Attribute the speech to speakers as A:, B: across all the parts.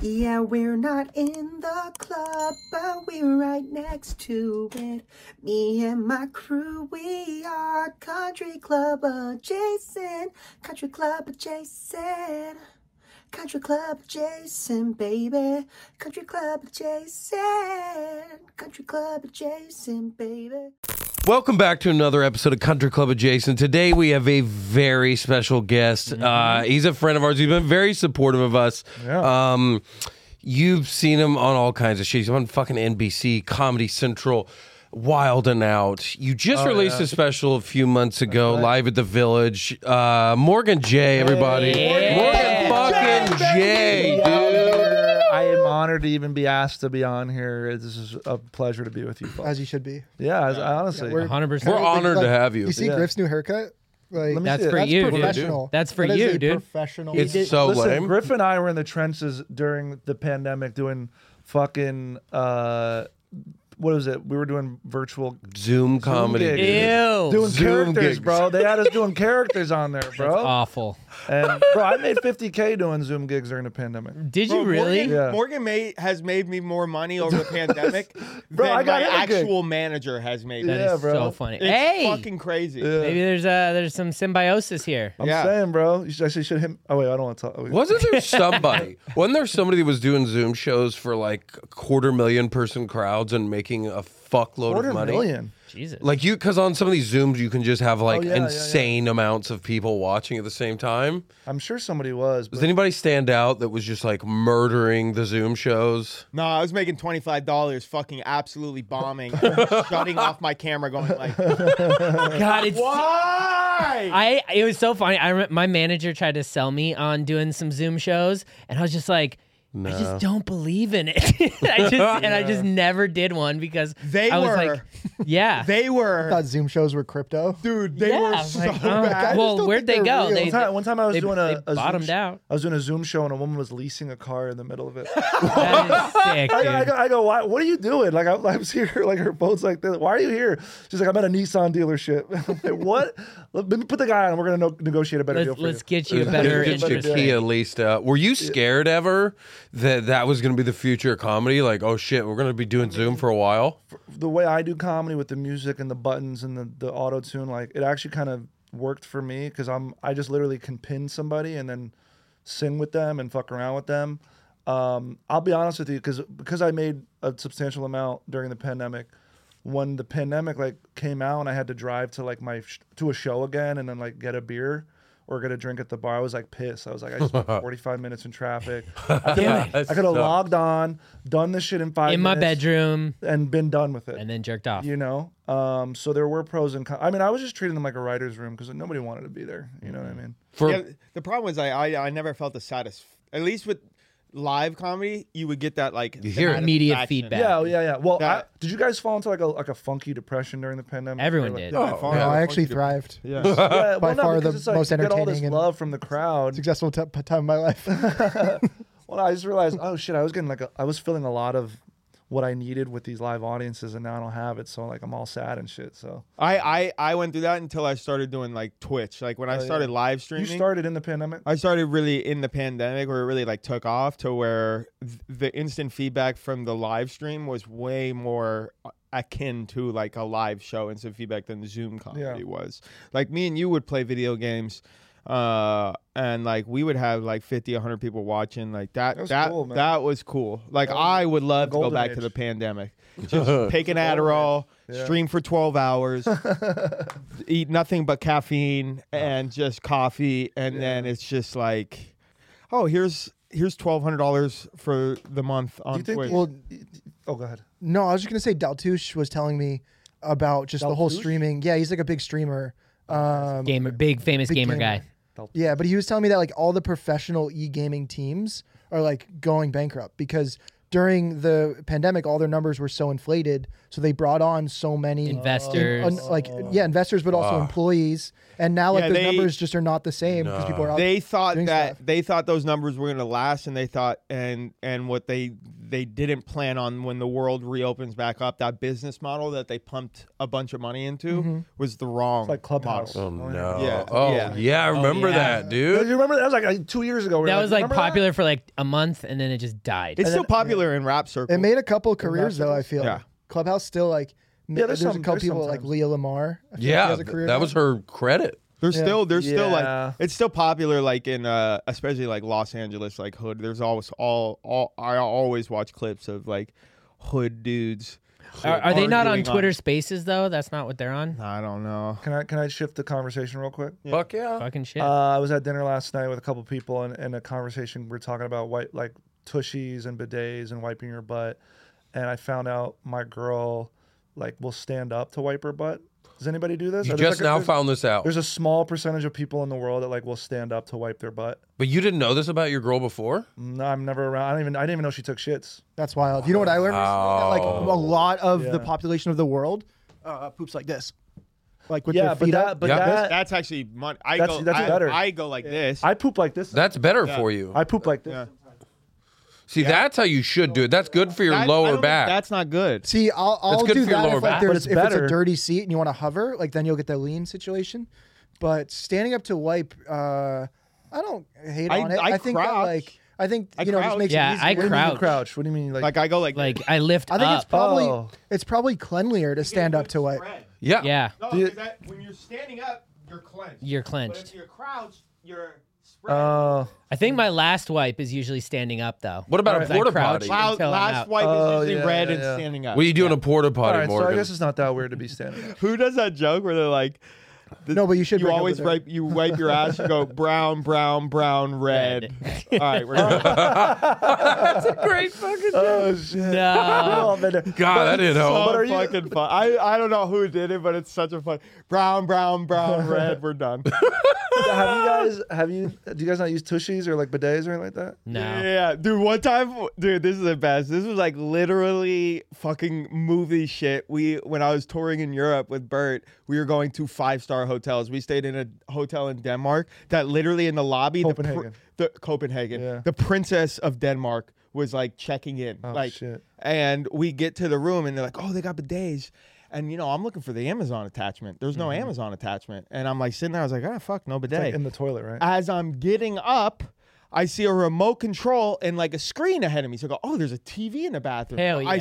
A: Yeah, we're not in the club, but we're right next to it. Me and my crew, we are country club adjacent. Country club adjacent. Country club adjacent, baby. Country club adjacent. Country club adjacent, baby.
B: Welcome back to another episode of Country Club Adjacent. Today we have a very special guest. Uh, he's a friend of ours. He's been very supportive of us.
C: Yeah.
B: Um, you've seen him on all kinds of shit. He's on fucking NBC, Comedy Central, Wild and Out. You just released a special a few months ago, live at the Village. Uh, Morgan J, everybody. Morgan fucking J, dude.
C: I am honored to even be asked to be on here. This is a pleasure to be with you. folks.
D: as you should be.
C: yeah, I- I honestly.
D: we're-
E: 100%.
B: We're honored to have you.
D: You see
C: Yeah.
D: Griff's new haircut?
C: Let
D: Like
C: me
E: That's
C: see it.
E: for you, dude.
D: professional.
E: That's for
D: That is
E: you,
D: a
E: dude.
D: Professional.
B: It's so
C: Listen,
B: lame.
C: Griff and I were in the trenches during the pandemic doing fucking uh, what was it? We were doing virtual
B: Zoom comedy.
C: gigs.
B: dude.
E: Ew.
C: doing
B: Zoom
C: characters,
B: gigs.
C: bro. They had us doing characters on there, bro.
E: Awful.
C: And bro, I made 50k doing Zoom gigs during the pandemic.
E: Did you
F: Bro,
E: really?
F: Morgan,
C: Yeah.
F: Morgan May, has made me more money over the pandemic
C: Bro,
F: than
C: I got
F: my
C: it again.
F: actual manager has made.
E: That
F: me.
E: is
C: Yeah, bro.
E: so funny.
F: It's
E: hey,
F: fucking crazy.
E: maybe there's uh there's some symbiosis here.
C: I'm
F: Yeah.
C: saying, bro. You should, I should hit. Oh wait, I don't want to talk.
B: Wasn't there somebody? wasn't there somebody that was doing Zoom shows for like a quarter million person crowds and making a fuckload
C: quarter
B: of money?
C: million? Oh,
E: Jesus.
B: Like you, because on some of these Zooms you can just have like
C: yeah, yeah, yeah.
B: insane amounts of people watching at the same time.
C: I'm sure somebody was.
B: Does
C: but-
B: anybody stand out that was just like murdering the Zoom shows?
F: No, I was making twenty five dollars, fucking absolutely bombing, shutting off my camera, going like,
E: God, it's
F: "Why?"
E: I it was so funny. I rem- my manager tried to sell me on doing some Zoom shows, and I was just like, I just don't believe in it. I just and I just never did one because
F: They
E: I was
F: were.
E: like, yeah,
F: They
D: I
F: were,
D: thought Zoom shows were crypto.
F: dude. They
E: yeah.
F: were
E: I was
F: so
E: like, oh,
F: bad.
D: I just
E: Well,
D: don't
E: where'd they
D: think they're
E: go?
D: real.
E: They,
C: One time, one time I was
E: they-
C: doing
E: they
C: a, a
E: bottomed
C: Zoom sh-
E: out.
C: I was doing a Zoom show and a woman was leasing a car in the middle of it.
E: that is sick,
C: I, go- I,
E: dude.
C: go, I go, why, what are you doing? Like I, I was here, like her phone's like this. Why are you here? She's like, I'm at a Nissan dealership. I'm like, what? Let me put the guy on. We're gonna no- negotiate a better deal
E: Let's,
C: for
E: let's
C: you.
E: get you a better
B: Get your
E: interest
B: Kia
E: rate.
B: leased out. Were you scared ever that that was going to be the future of comedy? Like, oh shit, we're going to be doing Zoom for a while.
C: the way I do comedy with the music and the buttons and the, the auto tune, like it actually kind of worked for me because I'm I just literally can pin somebody and then sing with them and fuck around with them. Um, I'll be honest with you because because I made a substantial amount during the pandemic. When the pandemic like came out and I had to drive to like my sh- to a show again and then like get a beer or get a drink at the bar, I was like pissed. I was like, I spent 45 minutes in traffic. I could have
B: That sucks.
C: logged on, done this shit in five
E: in my
C: minutes,
E: bedroom,
C: and been done with it
E: and then jerked off.
C: you know um so there were pros and cons i mean i was just treating them like a writer's room because nobody wanted to be there you know what i
E: Mm.
C: mean
B: For
F: Yeah, the problem was I, I I never felt the satisf. At least with live comedy, you would get that like
B: You hear it.
E: Immediate
F: satisfaction.
E: feedback.
C: yeah oh, yeah yeah well I,
F: That-
C: did you guys fall into like a like a funky depression during the pandemic
E: Everyone
C: Or, like,
E: did.
C: I
B: Oh,
C: fall
B: yeah.
D: No,
C: into
D: I
C: a
D: actually
C: funky
D: thrived.
C: dep- yeah, well,
D: By
C: no,
D: far
C: because
D: the
C: it's like
D: most
C: you get all this
D: entertaining and-
C: love from the crowd
D: Successful t- p- time of my life.
C: well i just realized oh shit i was getting like a, i was filling a lot of what i needed with these live audiences and now i don't have it so like i'm all sad and shit so
F: I, I I went through that until I started doing like Twitch. Like when I started live
C: you
F: streaming,
C: started in the pandemic
F: I started really in the pandemic where it really like took off to where th- the instant feedback from the live stream was way more uh, akin to like a live show instant feedback than the Zoom comedy
C: Yeah.
F: was. Like me and you would play video games uh and like we would have like 50 100 people watching like
C: That
F: that that
C: was
F: that,
C: cool, man.
F: was cool like i would love to go
C: golden
F: back to
C: age.
F: the pandemic just take an adderall stream for 12 hours eat nothing but caffeine and just coffee and then it's just like oh here's here's $1200 for the month on
C: do you think
F: Twitch.
C: well oh go ahead
D: no, I was just gonna say Daltouche was telling me about just the whole
C: Daltouche?
D: streaming. Yeah, he's like a big streamer. Um,
E: Gamer, big famous
D: Big
E: gamer,
D: gamer.
E: guy.
D: Yeah, but he was telling me that like all the professional e gaming teams are like going bankrupt because during the pandemic, all their numbers were so inflated, so they brought on so many
E: Investors.
D: un- like
C: Oh.
D: yeah, investors, but
B: Ah.
D: also employees. And now like
F: Yeah,
D: those
F: they-
D: numbers just are not the same because people are out
F: they thought
D: doing
F: that
D: stuff.
F: they thought those numbers were going to last and they thought and and what they they didn't plan on when the world reopens back up that business model that they pumped a bunch of money into was the wrong
C: like Clubhouse.
F: model.
B: Oh no!
F: Yeah.
B: Oh yeah,
F: Yeah.
B: I remember
E: yeah.
B: that,
C: You
B: dude.
C: remember that? That was like, like two years ago. We were
E: That was like
C: "Remember that?"
E: popular for like a month and then it just died.
F: It's still popular in rap circles.
D: It made a couple careers though. I feel
F: Yeah.
D: Clubhouse still like yeah,
C: there's
D: there's,
C: some-
D: a couple
C: there's
D: people
C: some
D: like
C: times.
D: Leah Lamar. I feel like she
B: Yeah,
D: has a
B: th-
D: career
B: that
D: now.
B: was her credit.
F: There's still there's still
C: Yeah.
F: like it's still popular like in uh especially like Los Angeles like hood. There's always all all I always watch clips of like hood dudes.
E: Are, are they not on
F: arguing
E: Twitter Spaces though? That's not what they're on.
F: I don't know.
C: Can I can I shift the conversation real quick?
B: Fuck yeah!
E: Fucking shit.
C: Uh, I was at dinner last night with a couple people, and in a conversation, we are talking about white like tushies and bidets and wiping your butt. And I found out my girl like will stand up to wipe her butt. Does anybody do this?
B: You
C: Or there's,
B: just
C: like, a-
B: now
C: there's-
B: found this out,
C: There's a small percentage of people in the world that like will stand up to wipe their butt.
B: but you didn't know this about your girl before.
C: No, I'm never around. I don't even I didn't even know she took shits.
D: That's wild. You know what I learned? recently? Like
B: Wow.
D: a lot of
C: Yeah.
D: the population of the world uh, poops like this, like with
C: Yeah,
D: their
C: but
D: feet
C: that
D: up.
C: but
B: Yeah.
C: that
F: That's actually mon- I
C: Uh, That's-
F: go
C: that's
F: I,
C: better.
F: I go like this.
C: I poop like this.
B: That's better for you.
C: I poop like this.
B: See, that's how you should do it. That's good for your
F: That's- I don't
B: lower
F: think
B: back.
F: That's not good.
D: See, I'll, I'll
B: good
D: do
B: for your
D: that
B: lower
D: if,
B: back.
D: like,
C: But
D: there's,
C: it's
D: if it's
C: better.
D: a dirty seat and you want to hover, like then you'll get that lean situation. But standing up to wipe, uh, I don't hate
F: I-
D: on it.
F: I
D: think that,
F: crouch.
D: like I think
F: I
D: you know it
F: crouch.
D: just makes
E: Yeah,
D: it easier.
E: I
C: What do you mean you
E: crouch.
C: crouch? What do you mean like,
F: Like I go like
E: like I lift
D: I think
E: up.
D: it's probably
C: Oh.
D: it's probably cleanlier to stand up to wipe.
B: yeah.
E: yeah,
F: No,
C: Do you-
F: because that- when you're standing up, you're clenched.
E: you're
F: But if
E: clenched.
F: you're crouched, you're spread.
C: Oh,
E: I think my last wipe is usually standing up though.
B: What about a
E: As I
B: porta
E: crouch
B: potty?
E: until
F: Loud,
E: I'm out.
F: last wipe
C: Oh,
F: is usually
C: yeah,
F: red
C: yeah,
F: and
C: yeah.
F: standing up.
B: What are you doing a porta
C: all
B: potty,
C: right. So I
B: Morgan?
C: guess it's not that weird to be standing. up.
F: Who does that joke where they're like, the-
D: No, but you should
F: You
D: bring up
F: always
D: with it.
F: wipe. You wipe your ass. You go brown, brown, brown, red. All right, we're gonna
B: great fucking.
C: Oh shit. Oh,
E: No.
C: man.
B: God, that didn't help.
F: so
C: are you-
F: fucking fun. I I don't know who did it, but it's such a fun. Brown, brown, brown, red. We're done.
C: have you guys have you do you guys not use tushies or like bidets or anything like that?
E: No.
F: Yeah, dude. One time, dude, this is the best. This was like literally fucking movie shit. We when I was touring in Europe with Bert, we were going to five star hotels. We stayed in a hotel in Denmark that literally in the lobby,
C: Copenhagen.
F: the, pr- the Copenhagen,
C: Yeah. Oh,
F: the princess of Denmark was like checking in, like,
C: shit.
F: and we get to the room and they're like, oh, they got bidets. And you know, I'm looking for the Amazon attachment. There's no Amazon attachment, and I'm like sitting there. I was like, ah, fuck, no bidet
C: Mm-hmm. Like in the toilet, right?
F: as I'm getting up, I see a remote control and like a screen ahead of me. So I go, oh, there's a TV in the bathroom.
E: Hell
F: I
E: yeah.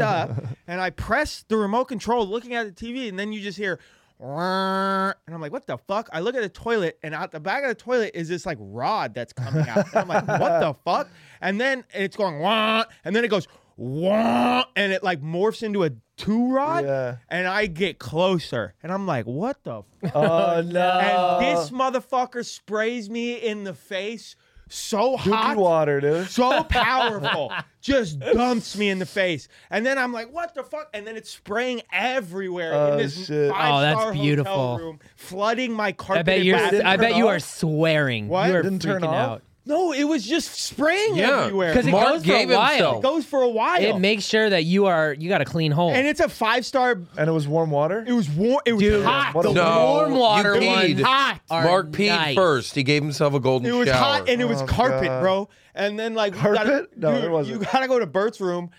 F: up and I press the remote control looking at the TV, and then you just hear, "Wah," and I'm like, what the fuck? I look at the toilet, and out the back of the toilet is this like rod that's coming out. And I'm like, what the fuck? And then it's going, Wah, and then it goes, Wah, and it like morphs into a two rod.
C: Yeah.
F: And I get closer, and I'm like, what the fuck?
C: oh no.
F: and this motherfucker sprays me in the face so
C: Dookie
F: hot,
C: water, dude.
F: so powerful, just dumps me in the face. And then I'm like, what the fuck? And then it's spraying everywhere
C: Oh,
F: in this
C: shit. Oh,
F: five-star
E: that's
F: hotel
E: beautiful.
F: room, flooding my carpet.
E: I bet you're.
C: didn't
E: I bet
C: turn
E: you
C: off?
E: are swearing.
F: What?
E: You are
C: Didn't turn
E: freaking
C: off?
E: out.
F: No, it was just spraying
B: Yeah.
F: everywhere.
E: 'Cause it
B: Mark
E: goes for a
B: gave
E: while.
B: himself.
F: it goes for a while.
E: It makes sure that you are. You got a clean hole.
F: and it's a five star.
C: And it was warm water?
F: It was warm. It was
E: Dude,
F: hot.
C: what a
E: the
C: No,
E: warm water
B: you
E: ones.
B: peed.
E: Hot. are
B: Mark peed
E: nice.
B: first. He gave himself a golden
F: It was
B: shower.
F: hot and it was
C: Oh,
F: carpet,
C: God.
F: bro. And then like we Gotta,
C: Carpet? No,
F: dude,
C: it wasn't.
F: You gotta go to Bert's room,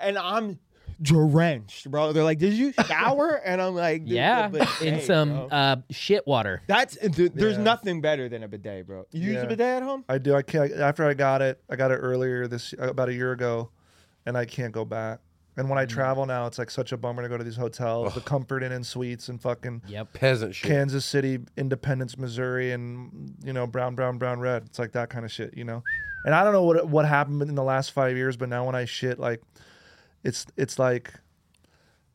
F: and I'm drenched, bro. They're like, "Did you shower?" and I'm like, "Dude,
E: Yeah,
F: the bidet,
E: in some
F: bro."
E: uh, shit water.
F: That's dude, there's
C: Yeah.
F: nothing better than a bidet, bro. You use
C: Yeah.
F: a bidet at home?
C: I do. I can't after I got it, I got it earlier this about a year ago, and I can't go back. And when I travel now, it's like such a bummer to go to these hotels, the comfort inn and suites and fucking
E: Yep.
B: peasant shit.
C: Kansas City, Independence, Missouri, and you know brown, brown, brown, red. It's like that kind of shit, you know. And I don't know what what happened in the last five years, but now when I shit, like, it's it's like,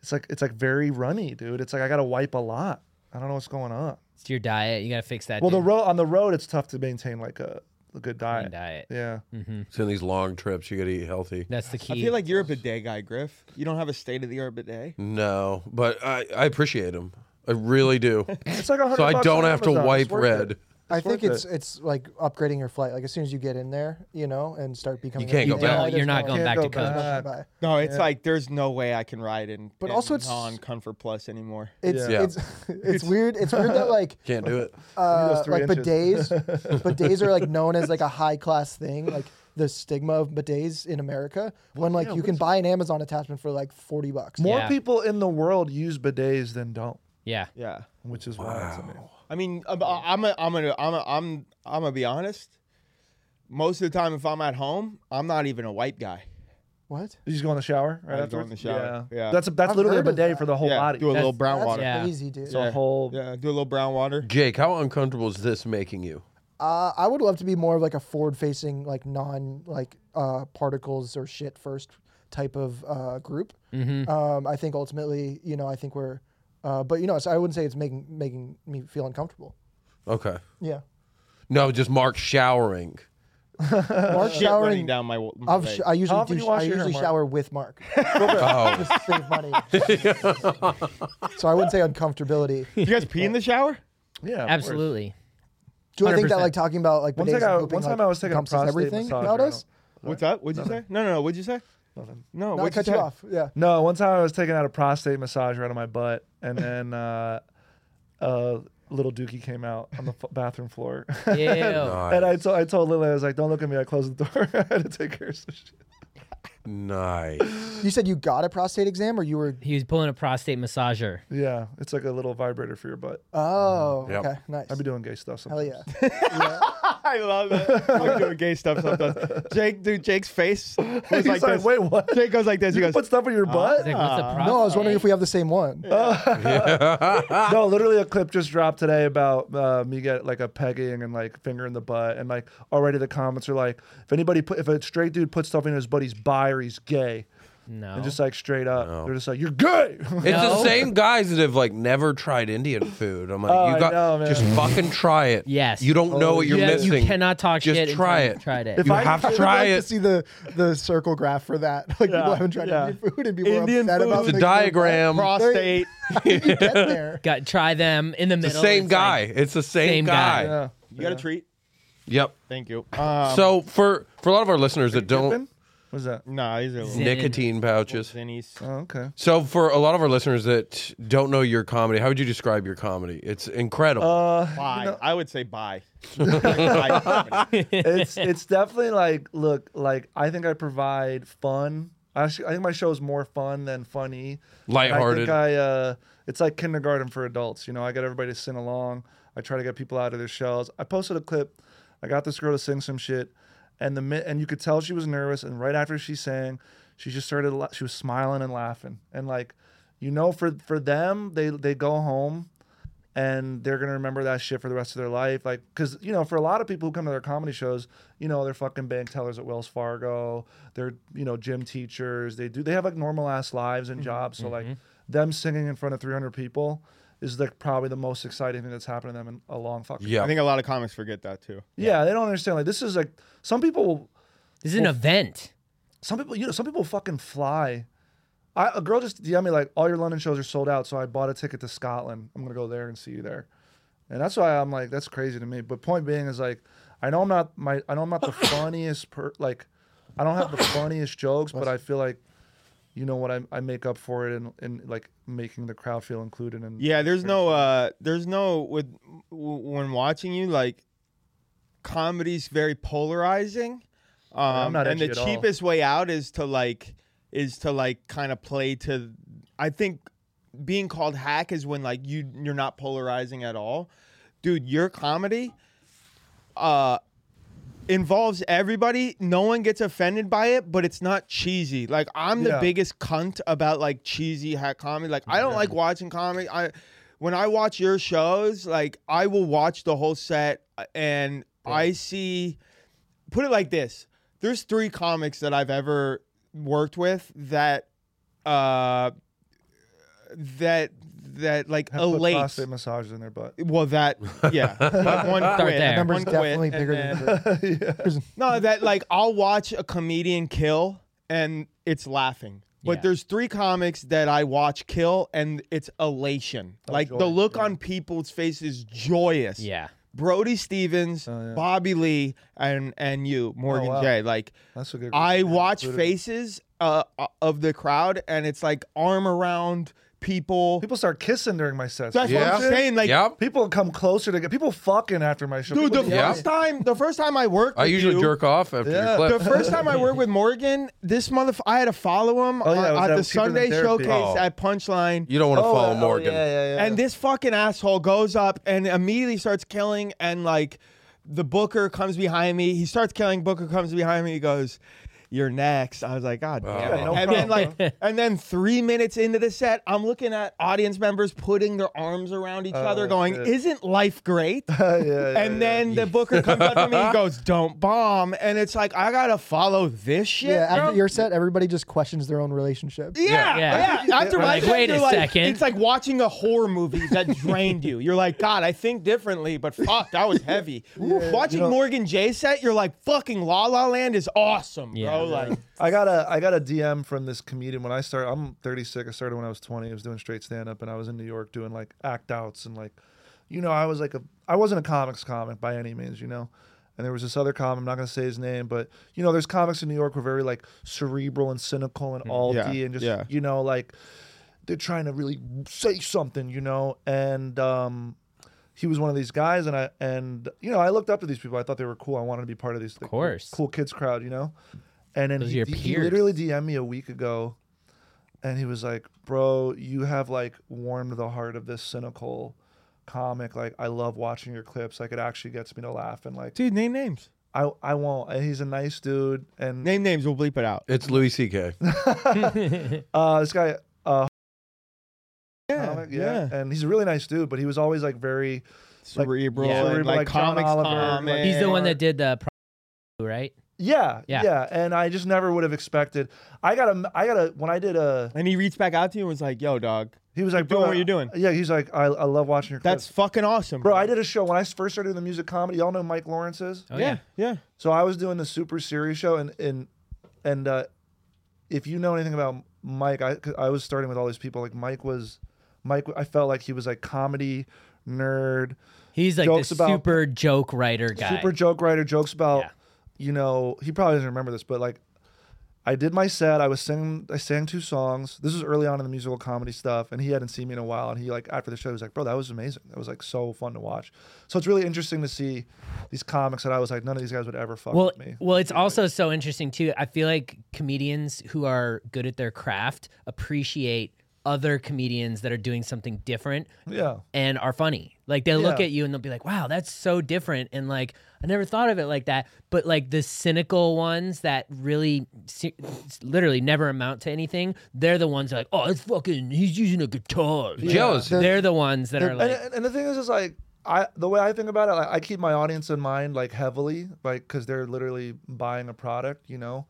C: it's like it's like very runny, dude. It's like I gotta wipe a lot. I don't know what's going on.
E: It's your diet. You got to fix that.
C: Well, the
E: dude.
C: road on the road, it's tough to maintain like a, a good diet.
E: diet. Mm.
C: Yeah,
B: It's in these long trips. You got to eat healthy.
E: That's the key.
F: I feel like you're a bidet guy, Griff. You don't have a state of the art bidet.
B: No, but I, I appreciate him. I really do.
C: it's like a hundred.
B: so I
C: bucks
B: don't
C: on
B: have to
C: Amazon. It's
B: wipe
C: worth it.
B: red.
D: I think
C: worth
D: it's it's like upgrading your flight. Like as soon as you get in there, you know, and start becoming.
B: can't
D: a-
B: go
D: Yeah,
B: back.
D: there's
E: You're not going
C: Can't
E: back
C: go
E: to coach.
C: back.
D: Bye.
F: No, it's like there's no way I can ride in.
D: But
F: in
D: also it's-
F: non Comfort Plus anymore.
D: It's,
B: Yeah.
D: it's it's weird. It's weird that like
B: Can't do it.
D: uh,
C: three
D: like
C: inches.
D: bidets, bidets are like known as like a high class thing. Like the stigma of bidets in America, when like you can buy an Amazon attachment for like forty bucks.
C: More
E: Yeah.
C: people in the world use bidets than don't,
E: Yeah.
F: Yeah.
C: which is wild to me.
F: I mean, I'm I'm a, I'm gonna I'm a, I'm I'm gonna be honest. Most of the time, if I'm at home, I'm not even a white guy.
D: What?
C: You just go in the shower right
F: I go in
C: afterwards.
F: the shower.
C: Yeah.
F: Yeah.
C: that's a, that's
D: I've
C: literally a
D: heard of
C: bidet
D: that.
C: for the whole
F: yeah,
C: body.
F: do a little
E: That's-
F: brown
D: That's
F: water.
E: Yeah.
D: crazy, dude.
C: the whole
F: Yeah, do a little brown water.
B: Jake, how uncomfortable is this making you?
D: Uh, I would love to be more of like a forward facing, like non like uh, particles or shit first type of uh, group.
E: Mm-hmm.
D: Um, I think ultimately, you know, I think we're, uh, but you know, so I wouldn't say it's making making me feel uncomfortable.
B: Okay.
D: Yeah,
B: No, just Mark showering.
D: Mark
F: Shit running
D: showering.
F: down my. my
D: I've sh-
F: leg.
D: I usually
C: often
D: do.
C: you
D: Sh-
C: wash
D: I
C: your hair,
D: usually
C: Mark?
D: shower with Mark.
B: Oh,
D: Just save money. so I wouldn't say uncomfortability.
F: you guys pee in the shower?
C: yeah. of course.
E: Absolutely.
D: Do I think that
E: 100%.
D: like talking about like
C: One
D: bidets
C: time
D: and
C: I-
D: pooping,
C: one time
D: like,
C: I was taking a
D: encompasses
C: prostate
D: everything
C: massage,
D: nowadays?
F: What's up? What'd you say? No, no, no. What'd you say? Nothing. No,
D: No, I
F: what'd
D: cut you
F: say?
D: off. Yeah.
C: No, one time I was taking out a prostate massager out of my butt, and then uh, uh, little Dookie came out on the f- bathroom floor.
E: Yeah.
B: nice.
C: And I told I told Lily, I was like, "Don't look at me." I closed the door. I had to take care of some shit.
B: nice.
D: You said you got a prostate exam, or you were
E: He was pulling a prostate massager.
C: Yeah, it's like a little vibrator for your butt.
D: Oh,
B: Mm, Yep.
D: okay, nice.
C: I'd be doing gay stuff
D: Hell
C: sometimes.
D: yeah.
F: I love it. I'm doing gay stuff sometimes. Jake, dude, Jake's face was
C: He's
F: like,
C: like,
F: this.
C: "Wait, what?
F: Jake goes like this. He
C: You
F: goes,
C: put stuff in your butt?"
E: He's like, what's a
D: No, I was
E: prostate?
D: wondering if we have the same one.
C: no, literally, a clip just dropped today about uh, me get like a pegging and like finger in the butt, and like already the comments are like, if anybody put if a straight dude puts stuff in his buddy's bi or he's gay,
E: No.
C: and just like straight up, they're just like, "You're gay."
B: It's the
E: No.
B: same guys that have like never tried Indian food. I'm like,
C: Oh, I
B: you got
C: know, man.
B: just fucking try it.
E: Yes.
B: You don't know what you're
E: Yeah, you
B: missing.
E: cannot talk
B: Just
E: shit.
B: try
E: until
B: it.
E: you've Tried it.
C: If
B: You
C: I-
B: have
D: I
B: to
D: would
B: try
D: like to
B: it.
D: see the the circle graph for that. Like people haven't tried
F: yeah.
D: Indian food and people
F: Indian
D: are upset
F: food.
D: about
B: It's a
D: things like that.
B: diagram.
F: prostate.
D: How do you get there?
E: Got try them in the
B: It's
E: middle.
B: the same
E: it's
B: guy.
E: like-
B: it's the same,
E: Same
B: guy.
E: guy.
C: yeah.
F: You got a treat?
B: Yep.
F: Thank you. Um,
B: so for for a lot of our listeners that don't
C: Pippin? What's that?
F: nah, he's a little
E: Zin-
B: nicotine pouches.
F: zinnies.
C: Oh, okay.
B: So for a lot of our listeners that don't know your comedy, how would you describe your comedy? It's incredible.
F: Bye. I would say bye. Bye comedy.
C: it's it's definitely like look like I think I provide fun. I, sh- I think my show is more fun than funny.
B: Lighthearted.
C: I think I uh, it's like kindergarten for adults. You know, I got everybody to sing along. I try to get people out of their shells. I posted a clip. I got this girl to sing some shit, and the mi- and you could tell she was nervous. And right after she sang, she just started. la- She was smiling and laughing, and like, you know, for for them, they they go home and they're gonna remember that shit for the rest of their life. Like, cause you know, for a lot of people who come to their comedy shows, you know, they're fucking bank tellers at Wells Fargo. They're you know gym teachers. They do they have like normal ass lives and jobs. So like them singing in front of 300 people is like probably the most exciting thing that's happened to them in a long fucking
B: yeah.
F: I think a lot of comics forget that too.
C: yeah. They don't understand like this is like some people
E: This is an event.
C: some people you know some people fucking fly. I, a girl just DM me like all your London shows are sold out, so I bought a ticket to Scotland. I'm gonna go there and see you there, and that's why I'm like that's crazy to me. But point being is like I know I'm not my I know I'm not the funniest per like I don't have the funniest jokes, but I feel like you know what I, I make up for it and in like making the crowd feel included and
F: Yeah, there's no, uh, there's no with w- when watching you like, comedy's very polarizing. Um,
C: I'm not
F: and the
C: edgy at all.
F: cheapest way out is to like, is to like kind of play to. I think being called hack is when like you you're not polarizing at all, dude. Your comedy, uh, involves everybody. No one gets offended by it, but it's not cheesy. Like I'm the
C: Yeah.
F: biggest cunt about like cheesy hack comedy. Like I don't like watching comedy. I when I watch your shows, like I will watch the whole set and I see put it like this. There's three comics that I've ever worked with that uh that that like
C: have put
F: elate
C: prostate massages in their butt.
F: well, that yeah, But one quit.
E: there.
F: One
D: Numbers
F: quit,
D: definitely
F: and
D: bigger
F: then-
D: than yours.
F: no, that like I'll watch a comedian kill and it's laughing. But
E: Yeah.
F: there's three comics that I watch kill and it's elation. like
C: joy,
F: the look on people's faces is joyous.
E: Yeah.
F: Brody Stevens,
C: Oh, yeah.
F: Bobby Lee, and and you, Morgan
C: wow.
F: J. Like
C: That's a good.
F: I watch
C: included.
F: faces uh, uh, of the crowd, and it's like arm around people.
C: People start kissing during my sets.
F: That's
B: Yeah.
F: what I'm saying. Like,
B: yep.
C: People come closer to get people fucking after my show.
F: dude, the
C: People do-
B: Yeah.
F: first time, the first time I worked,
B: I
F: with
B: usually
F: you,
B: jerk off after
C: Yeah.
B: your
F: The
B: clip.
F: first time I worked with Morgan, this motherfucker, I had to follow him
C: Oh, yeah,
F: on-
C: it was
F: at
C: at
F: the
C: Keeper Than
F: Sunday
C: Therapy.
F: showcase
B: Oh.
F: at Punchline.
B: you don't want to
C: Oh,
B: follow
C: oh,
B: Morgan.
C: Yeah, yeah, yeah.
F: And this fucking asshole goes up and immediately starts killing. And like the Booker comes behind me. He starts killing. Booker comes behind me. He goes, You're next. I was like, God damn.
B: Yeah,
F: it."
C: no
F: and then
C: problem.
F: like, and then three minutes into the set, I'm looking at audience members putting their arms around each other, going,
C: Oh, shit.
F: Isn't life great?
C: Yeah, yeah, yeah,
F: And then the booker comes up to me and goes, Don't bomb. And it's like, I gotta follow this shit.
D: Yeah,
F: bro?
D: after your set, everybody just questions their own relationship.
F: Yeah,
E: Yeah.
F: yeah. After
E: We're
F: my
E: like,
F: set,
E: wait a
F: you're like-
E: second.
F: It's like watching a horror movie that drained you. You're like, God, I think differently, but fuck, that was heavy. watching Morgan J set, you're like, fucking La La Land is awesome,
E: Yeah.
F: bro. Like,
C: I got a I got a DM from this comedian when I started. I'm 36. I started when I was 20. I was doing straight stand up, and I was in New York doing like act outs and like, you know, I was like a I wasn't a comics comic by any means, you know. And there was this other comic. I'm not gonna say his name, but you know, there's comics in New York who are very like cerebral and cynical and all
F: yeah,
C: and just
F: yeah.
C: you know like they're trying to really say something, you know. And um, he was one of these guys, and I and you know I looked up to these people. I thought they were cool. I wanted to be part of these of
E: course.
C: cool kids crowd, you know. And then
E: Those
C: he,
E: are your
C: he
E: peers.
C: literally DM'd me a week ago, and he was like, "Bro, you have like warmed the heart of this cynical." comic like i love watching your clips like it actually gets me to laugh and like
F: dude, name names.
C: i i won't and he's a nice dude and
F: Name names, we'll bleep it out.
B: It's Louis C.K.
C: uh this guy uh
F: Yeah,
C: comic, yeah. and he's a really nice dude but he was always like very
F: Cerebral,
E: Yeah.
F: and,
C: Cerebral,
F: like,
C: like John
F: comics
C: Oliver,
F: comic.
C: like-
E: He's the one that did the pro, right?
C: Yeah,
E: Yeah.
C: yeah, and I just never would have expected. I got a, I got a. When I did a,
F: And he reached back out to you and was like, yo, dog,
C: he was like,
F: doing
C: "Bro,
F: what
C: I-
F: you're doing."
C: Yeah, he's like, I, I love watching your.
F: that's
C: clips.
F: fucking awesome.
C: bro. I did a show when I first started doing the music comedy. Y'all know Mike Lawrence is.
E: Oh,
F: yeah, yeah.
C: So I was doing the super series show, and and and uh, if you know anything about Mike, I 'cause I was starting with all these people. Like Mike was, Mike. I felt like he was like comedy nerd.
E: He's like
C: Jokes
E: the
C: about-
E: super joke writer guy.
C: super joke writer jokes about
E: Yeah.
C: you know he probably doesn't remember this but like i did my set i was singing i sang two songs this was early on in the musical comedy stuff and he hadn't seen me in a while and he like after the show he was like bro that was amazing that was like so fun to watch so it's really interesting to see these comics that i was like none of these guys would ever fuck
E: well,
C: with me
E: well, it's also so interesting too. I feel like comedians who are good at their craft appreciate other comedians that are doing something different
C: yeah
E: and are funny. Like they'll look
C: Yeah.
E: at you and they'll be like, "Wow, that's so different." And like, I never thought of it like that. But like the cynical ones that really, se- literally never amount to anything, they're the ones that are like, "Oh, it's fucking. He's using a guitar." Like,
B: Jealous.
E: They're uh, the ones that are
C: and,
E: like,
C: and- and the thing is is like I, the way I think about it, like, I keep my audience in mind like heavily, like because they're literally buying a product, you know,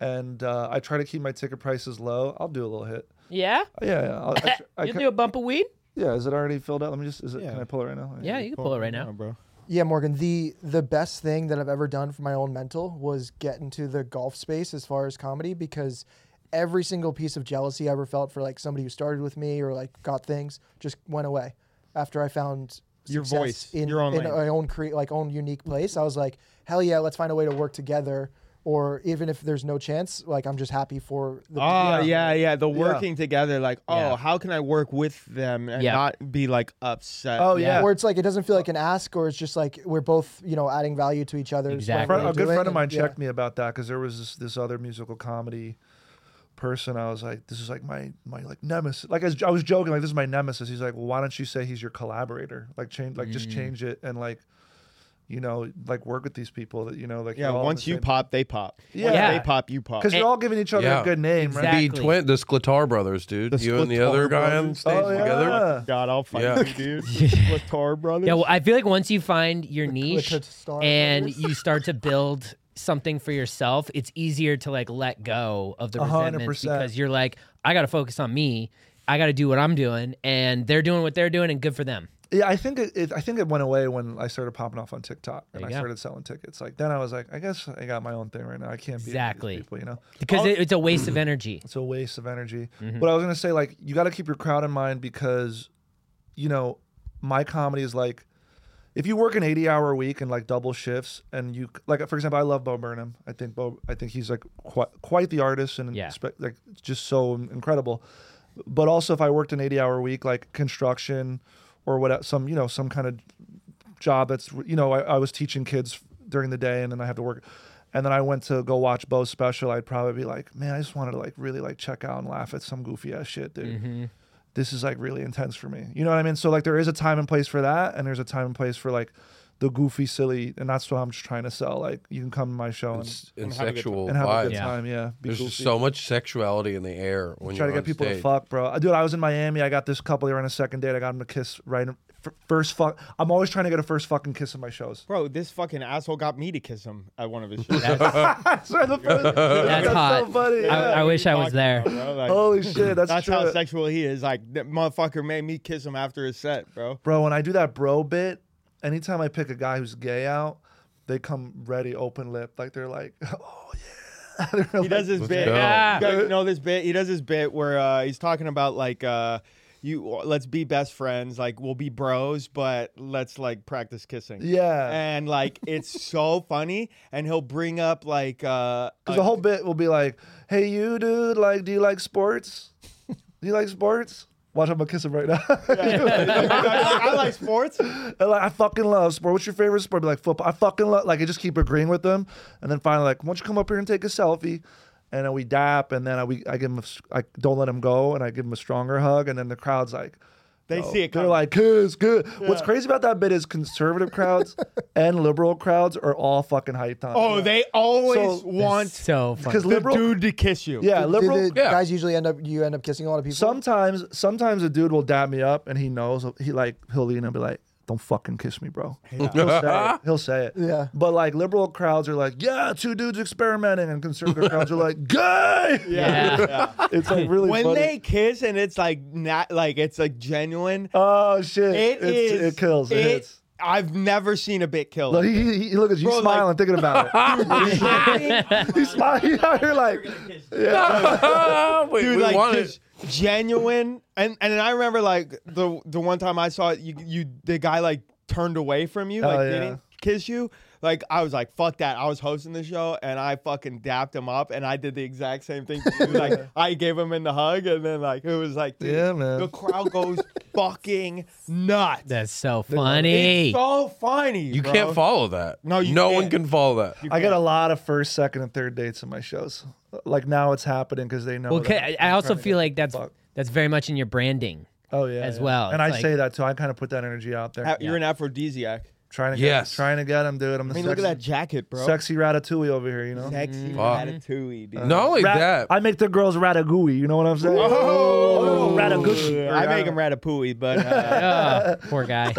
C: and uh, I try to keep my ticket prices low. I'll do a little hit,
E: "Yeah,
C: Yeah, yeah. I'll, I, tr- I
E: you
C: ca-
E: do a bump of weed."
C: yeah, is it already filled out? Let me just. Is it? Can I pull it right now?
E: Yeah, you can pull it right now.
F: bro.
D: Yeah, Morgan. The the best thing that I've ever done for my own mental was get into the golf space as far as comedy because every single piece of jealousy I ever felt for like somebody who started with me or like got things just went away after I found
F: Your
D: success
F: voice,
D: in,
F: your own
D: in
F: lane.
D: my own cre- like own unique place. I was like, hell yeah, let's find a way to work together. Or even if there's no chance, like I'm just happy for the
F: Oh yeah, yeah. The working together, like, oh,
E: Yeah.
F: how can I work with them and
E: Yeah.
F: not be like upset?
C: Oh yeah.
D: Or it's like it doesn't feel like an ask, or it's just like we're both, you know, adding value to each other. is one way
E: Exactly.
C: Friend-
D: to
C: a
D: do
C: good
D: it,
C: friend of
D: and-
C: mine
D: yeah.
C: checked me about that because there was this, this other musical comedy person. I was like, this is like my my like nemesis. Like I was, I was joking, like this is my nemesis. He's like, well, why don't you say he's your collaborator? Like change, like just change it and like, you know, like work with these people that you know, like
F: Yeah, once you pop, they pop. Yeah,
C: Yeah.
F: they pop, you pop.
C: because you're all giving each other
B: Yeah.
C: a good name, right?
E: Exactly.
B: The twin, the Sclatar brothers, dude.
F: The
B: you and the other
F: Sklar
B: guy on
F: brothers.
B: stage
C: Oh,
B: together.
C: yeah.
F: God, I'll fight
B: Yeah.
F: you, dude. Latar brothers.
E: Yeah, well, I feel like once you find your niche
D: Clifford Star
E: and
D: Brothers.
E: you start to build something for yourself, it's easier to like let go of the
C: A hundred
E: resentments
C: percent.
E: because you're like, I got to focus on me. I got to do what I'm doing, and they're doing what they're doing, and good for them.
C: Yeah, I think it, it. I think it went away when I started popping off on TikTok and
E: There
C: I
E: you go.
C: started selling tickets. Like then I was like, I guess I got my own thing right now. I can't be
E: Exactly.
C: exactly people, you know.
E: Because
C: All-
E: it, it's a waste of energy.
C: it's a waste of energy. But I was gonna say, like, you got to keep your crowd in mind because, you know, my comedy is like, if you work an 80 hour week and like double shifts and you like for example i love bo burnham i think bo i think he's like quite, quite the artist and
E: Yeah.
C: spe- like just so incredible but also if i worked an 80 hour week like construction or what some you know some kind of job that's you know I, I was teaching kids during the day and then i have to work and then i went to go watch bo's special i'd probably be like man i just wanted to like really like check out and laugh at some goofy ass shit dude this is like really intense for me. You know what I mean? So like there is a time and place for that, and there's a time and place for like the goofy, silly, and that's what I'm just trying to sell. Like you can come to my show and,
B: It's, and
F: have a good
B: sexual
C: and have a
B: vibes.
C: good time. Yeah, be
B: There's just
C: goofy.
B: so much sexuality in the air when
C: try
B: you're
C: to get
B: on
C: people
B: stage.
C: to fuck, bro. Uh, Dude, I was in Miami. I got this couple. They were on a second date. I got them to kiss right in, f- first fuck. I'm always trying to get a first fucking kiss in my shows.
F: Bro, this fucking asshole got me to kiss him at one of his shows.
C: That's, right, the first-
E: That's hot.
C: so funny.
E: I,
C: yeah.
E: I wish I was
F: Fuck,
E: there.
F: bro, like-
C: Holy shit, that's,
F: That's
C: true.
F: how sexual he is. Like that motherfucker made me kiss him after his set, bro.
C: bro when i do that bro bit anytime i pick a guy who's gay out they come ready open lip like they're like oh yeah They're
F: He
C: like-
F: does this bit.
B: go.
F: You guys know this bit. He does this bit where uh, he's talking about like uh, you. Let's be best friends. Like we'll be bros, but let's like practice kissing.
C: Yeah.
F: And like it's so funny. And he'll bring up like uh,
C: Because the whole bit will be like, "Hey, you dude, like, do you like sports? Do you like sports? Watch, I'm gonna kiss him right now.
F: I like sports.
C: And, like, I fucking love sport. What's your favorite sport? Be like football. I fucking love. Like, I just keep agreeing with them, and then finally, like, why don't you come up here and take a selfie? And then we dap, and then I, we, I give him, a, s- I don't let him go, and I give him a stronger hug, and then the crowd's like,
F: They
C: Oh,
F: see it.
C: They're
F: coming.
C: like, "Kiss, good." What's crazy about that bit is conservative crowds and liberal crowds are all fucking hyped on.
F: oh,
C: it.
F: they always
C: So-
F: want
E: So funny.
C: because
F: the
C: liberal,
F: dude to kiss you.
C: yeah,
D: Do
C: liberal.
D: the
B: Yeah.
D: guys usually end up you end up kissing a lot of people?
C: Sometimes, sometimes a dude will dap me up, and he knows he like he'll lean and be like, "Don't fucking kiss me, bro." He'll say it. He'll say it.
D: Yeah.
C: But like liberal crowds are like, "Yeah, two dudes experimenting," and conservative crowds are like, "Gay."
E: yeah.
C: It's like really
F: When
C: funny.
F: they kiss and it's like not like it's like genuine.
C: oh shit,
F: It
C: It's-
F: is.
C: It kills. It, hits.
F: I've never seen a bit kill.
C: Look,
F: like
C: he, he, he- look at you
F: Bro, like-
C: smiling, thinking about it. He's smiling. He's out here like,
B: Wait,
F: dude,
B: we
F: like
B: want
F: just
B: it.
F: genuine. And and then I remember like the the one time I saw it, you you the guy like turned away from you, like
C: Oh, yeah.
F: didn't kiss you. Like I was like, fuck that. I was hosting the show and I fucking dapped him up and I did the exact same thing. to you. Like I gave him in the hug and then like it was like, dude,
C: Yeah, man.
F: the crowd goes fucking nuts.
E: That's so
F: it's
E: funny.
F: so funny.
B: You
F: bro.
B: can't follow that.
F: No, you
B: no
F: can't.
B: one can follow that.
C: I get a lot of first, second, and third dates in my shows. Like now, it's happening because they know.
E: Well,
C: that
E: ca-
C: I'm
E: I I also
C: trying to
E: feel
C: get
E: like that's
C: fucked.
E: that's very much in your branding.
C: Oh yeah,
E: as
C: yeah.
E: well.
C: And
E: It's
C: I
E: like-
C: say that too. I kind of put that energy out there,
F: A- You're an aphrodisiac.
C: trying to get,
B: Yes.
C: trying to get him, dude. I'm the
F: I mean,
C: sexy,
F: look at that jacket, bro.
C: sexy ratatouille over here. You know,
F: Sexy
B: Fuck.
F: ratatouille, dude.
B: Not only that,
C: Rat- I make the girls ratatouille. You know what I'm saying? Oh, ratatouille.
F: I make him ratatouille, but uh,
E: Oh, poor guy.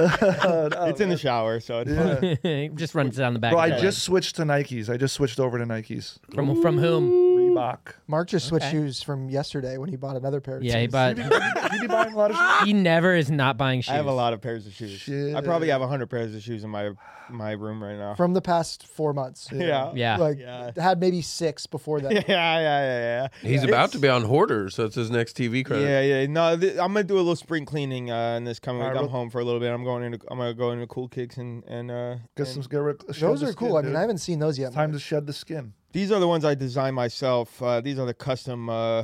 F: it's in the shower, so it's fine.
E: just runs down the back.
C: Bro,
E: of
C: I
E: the
C: just switched to Nikes. I just switched over to Nikes.
E: leg. from from whom?
C: Reebok.
D: Mark just switched
E: Okay.
D: shoes from yesterday when he bought another pair. Of
E: Yeah, he
D: shoes.
E: bought.
C: You be buying a lot of shit?
E: He never is not buying shoes.
F: I have a lot of pairs of shoes. I probably have hundred pairs of shoes in my my room right now.
D: from the past four months.
F: yeah.
E: Yeah.
D: like
F: Yeah.
D: had maybe six before that.
F: Yeah, yeah, yeah, yeah.
B: he's
F: Yeah.
B: about to be on Hoarders, so it's his next TV credit.
F: Yeah, yeah. No, th- I'm gonna do a little spring cleaning uh, in this coming
C: All
F: week.
C: right,
F: I'm
C: real-
F: home for a little bit. I'm going into I'm gonna go into Cool Kicks and and uh,
C: Get some get rid- shed
D: Those
C: the
D: are
C: skin,
D: cool. I mean,
C: dude.
D: I haven't seen those yet.
C: time to
D: Mark.
C: shed the skin.
F: these are the ones I designed myself. Uh, these are the custom uh,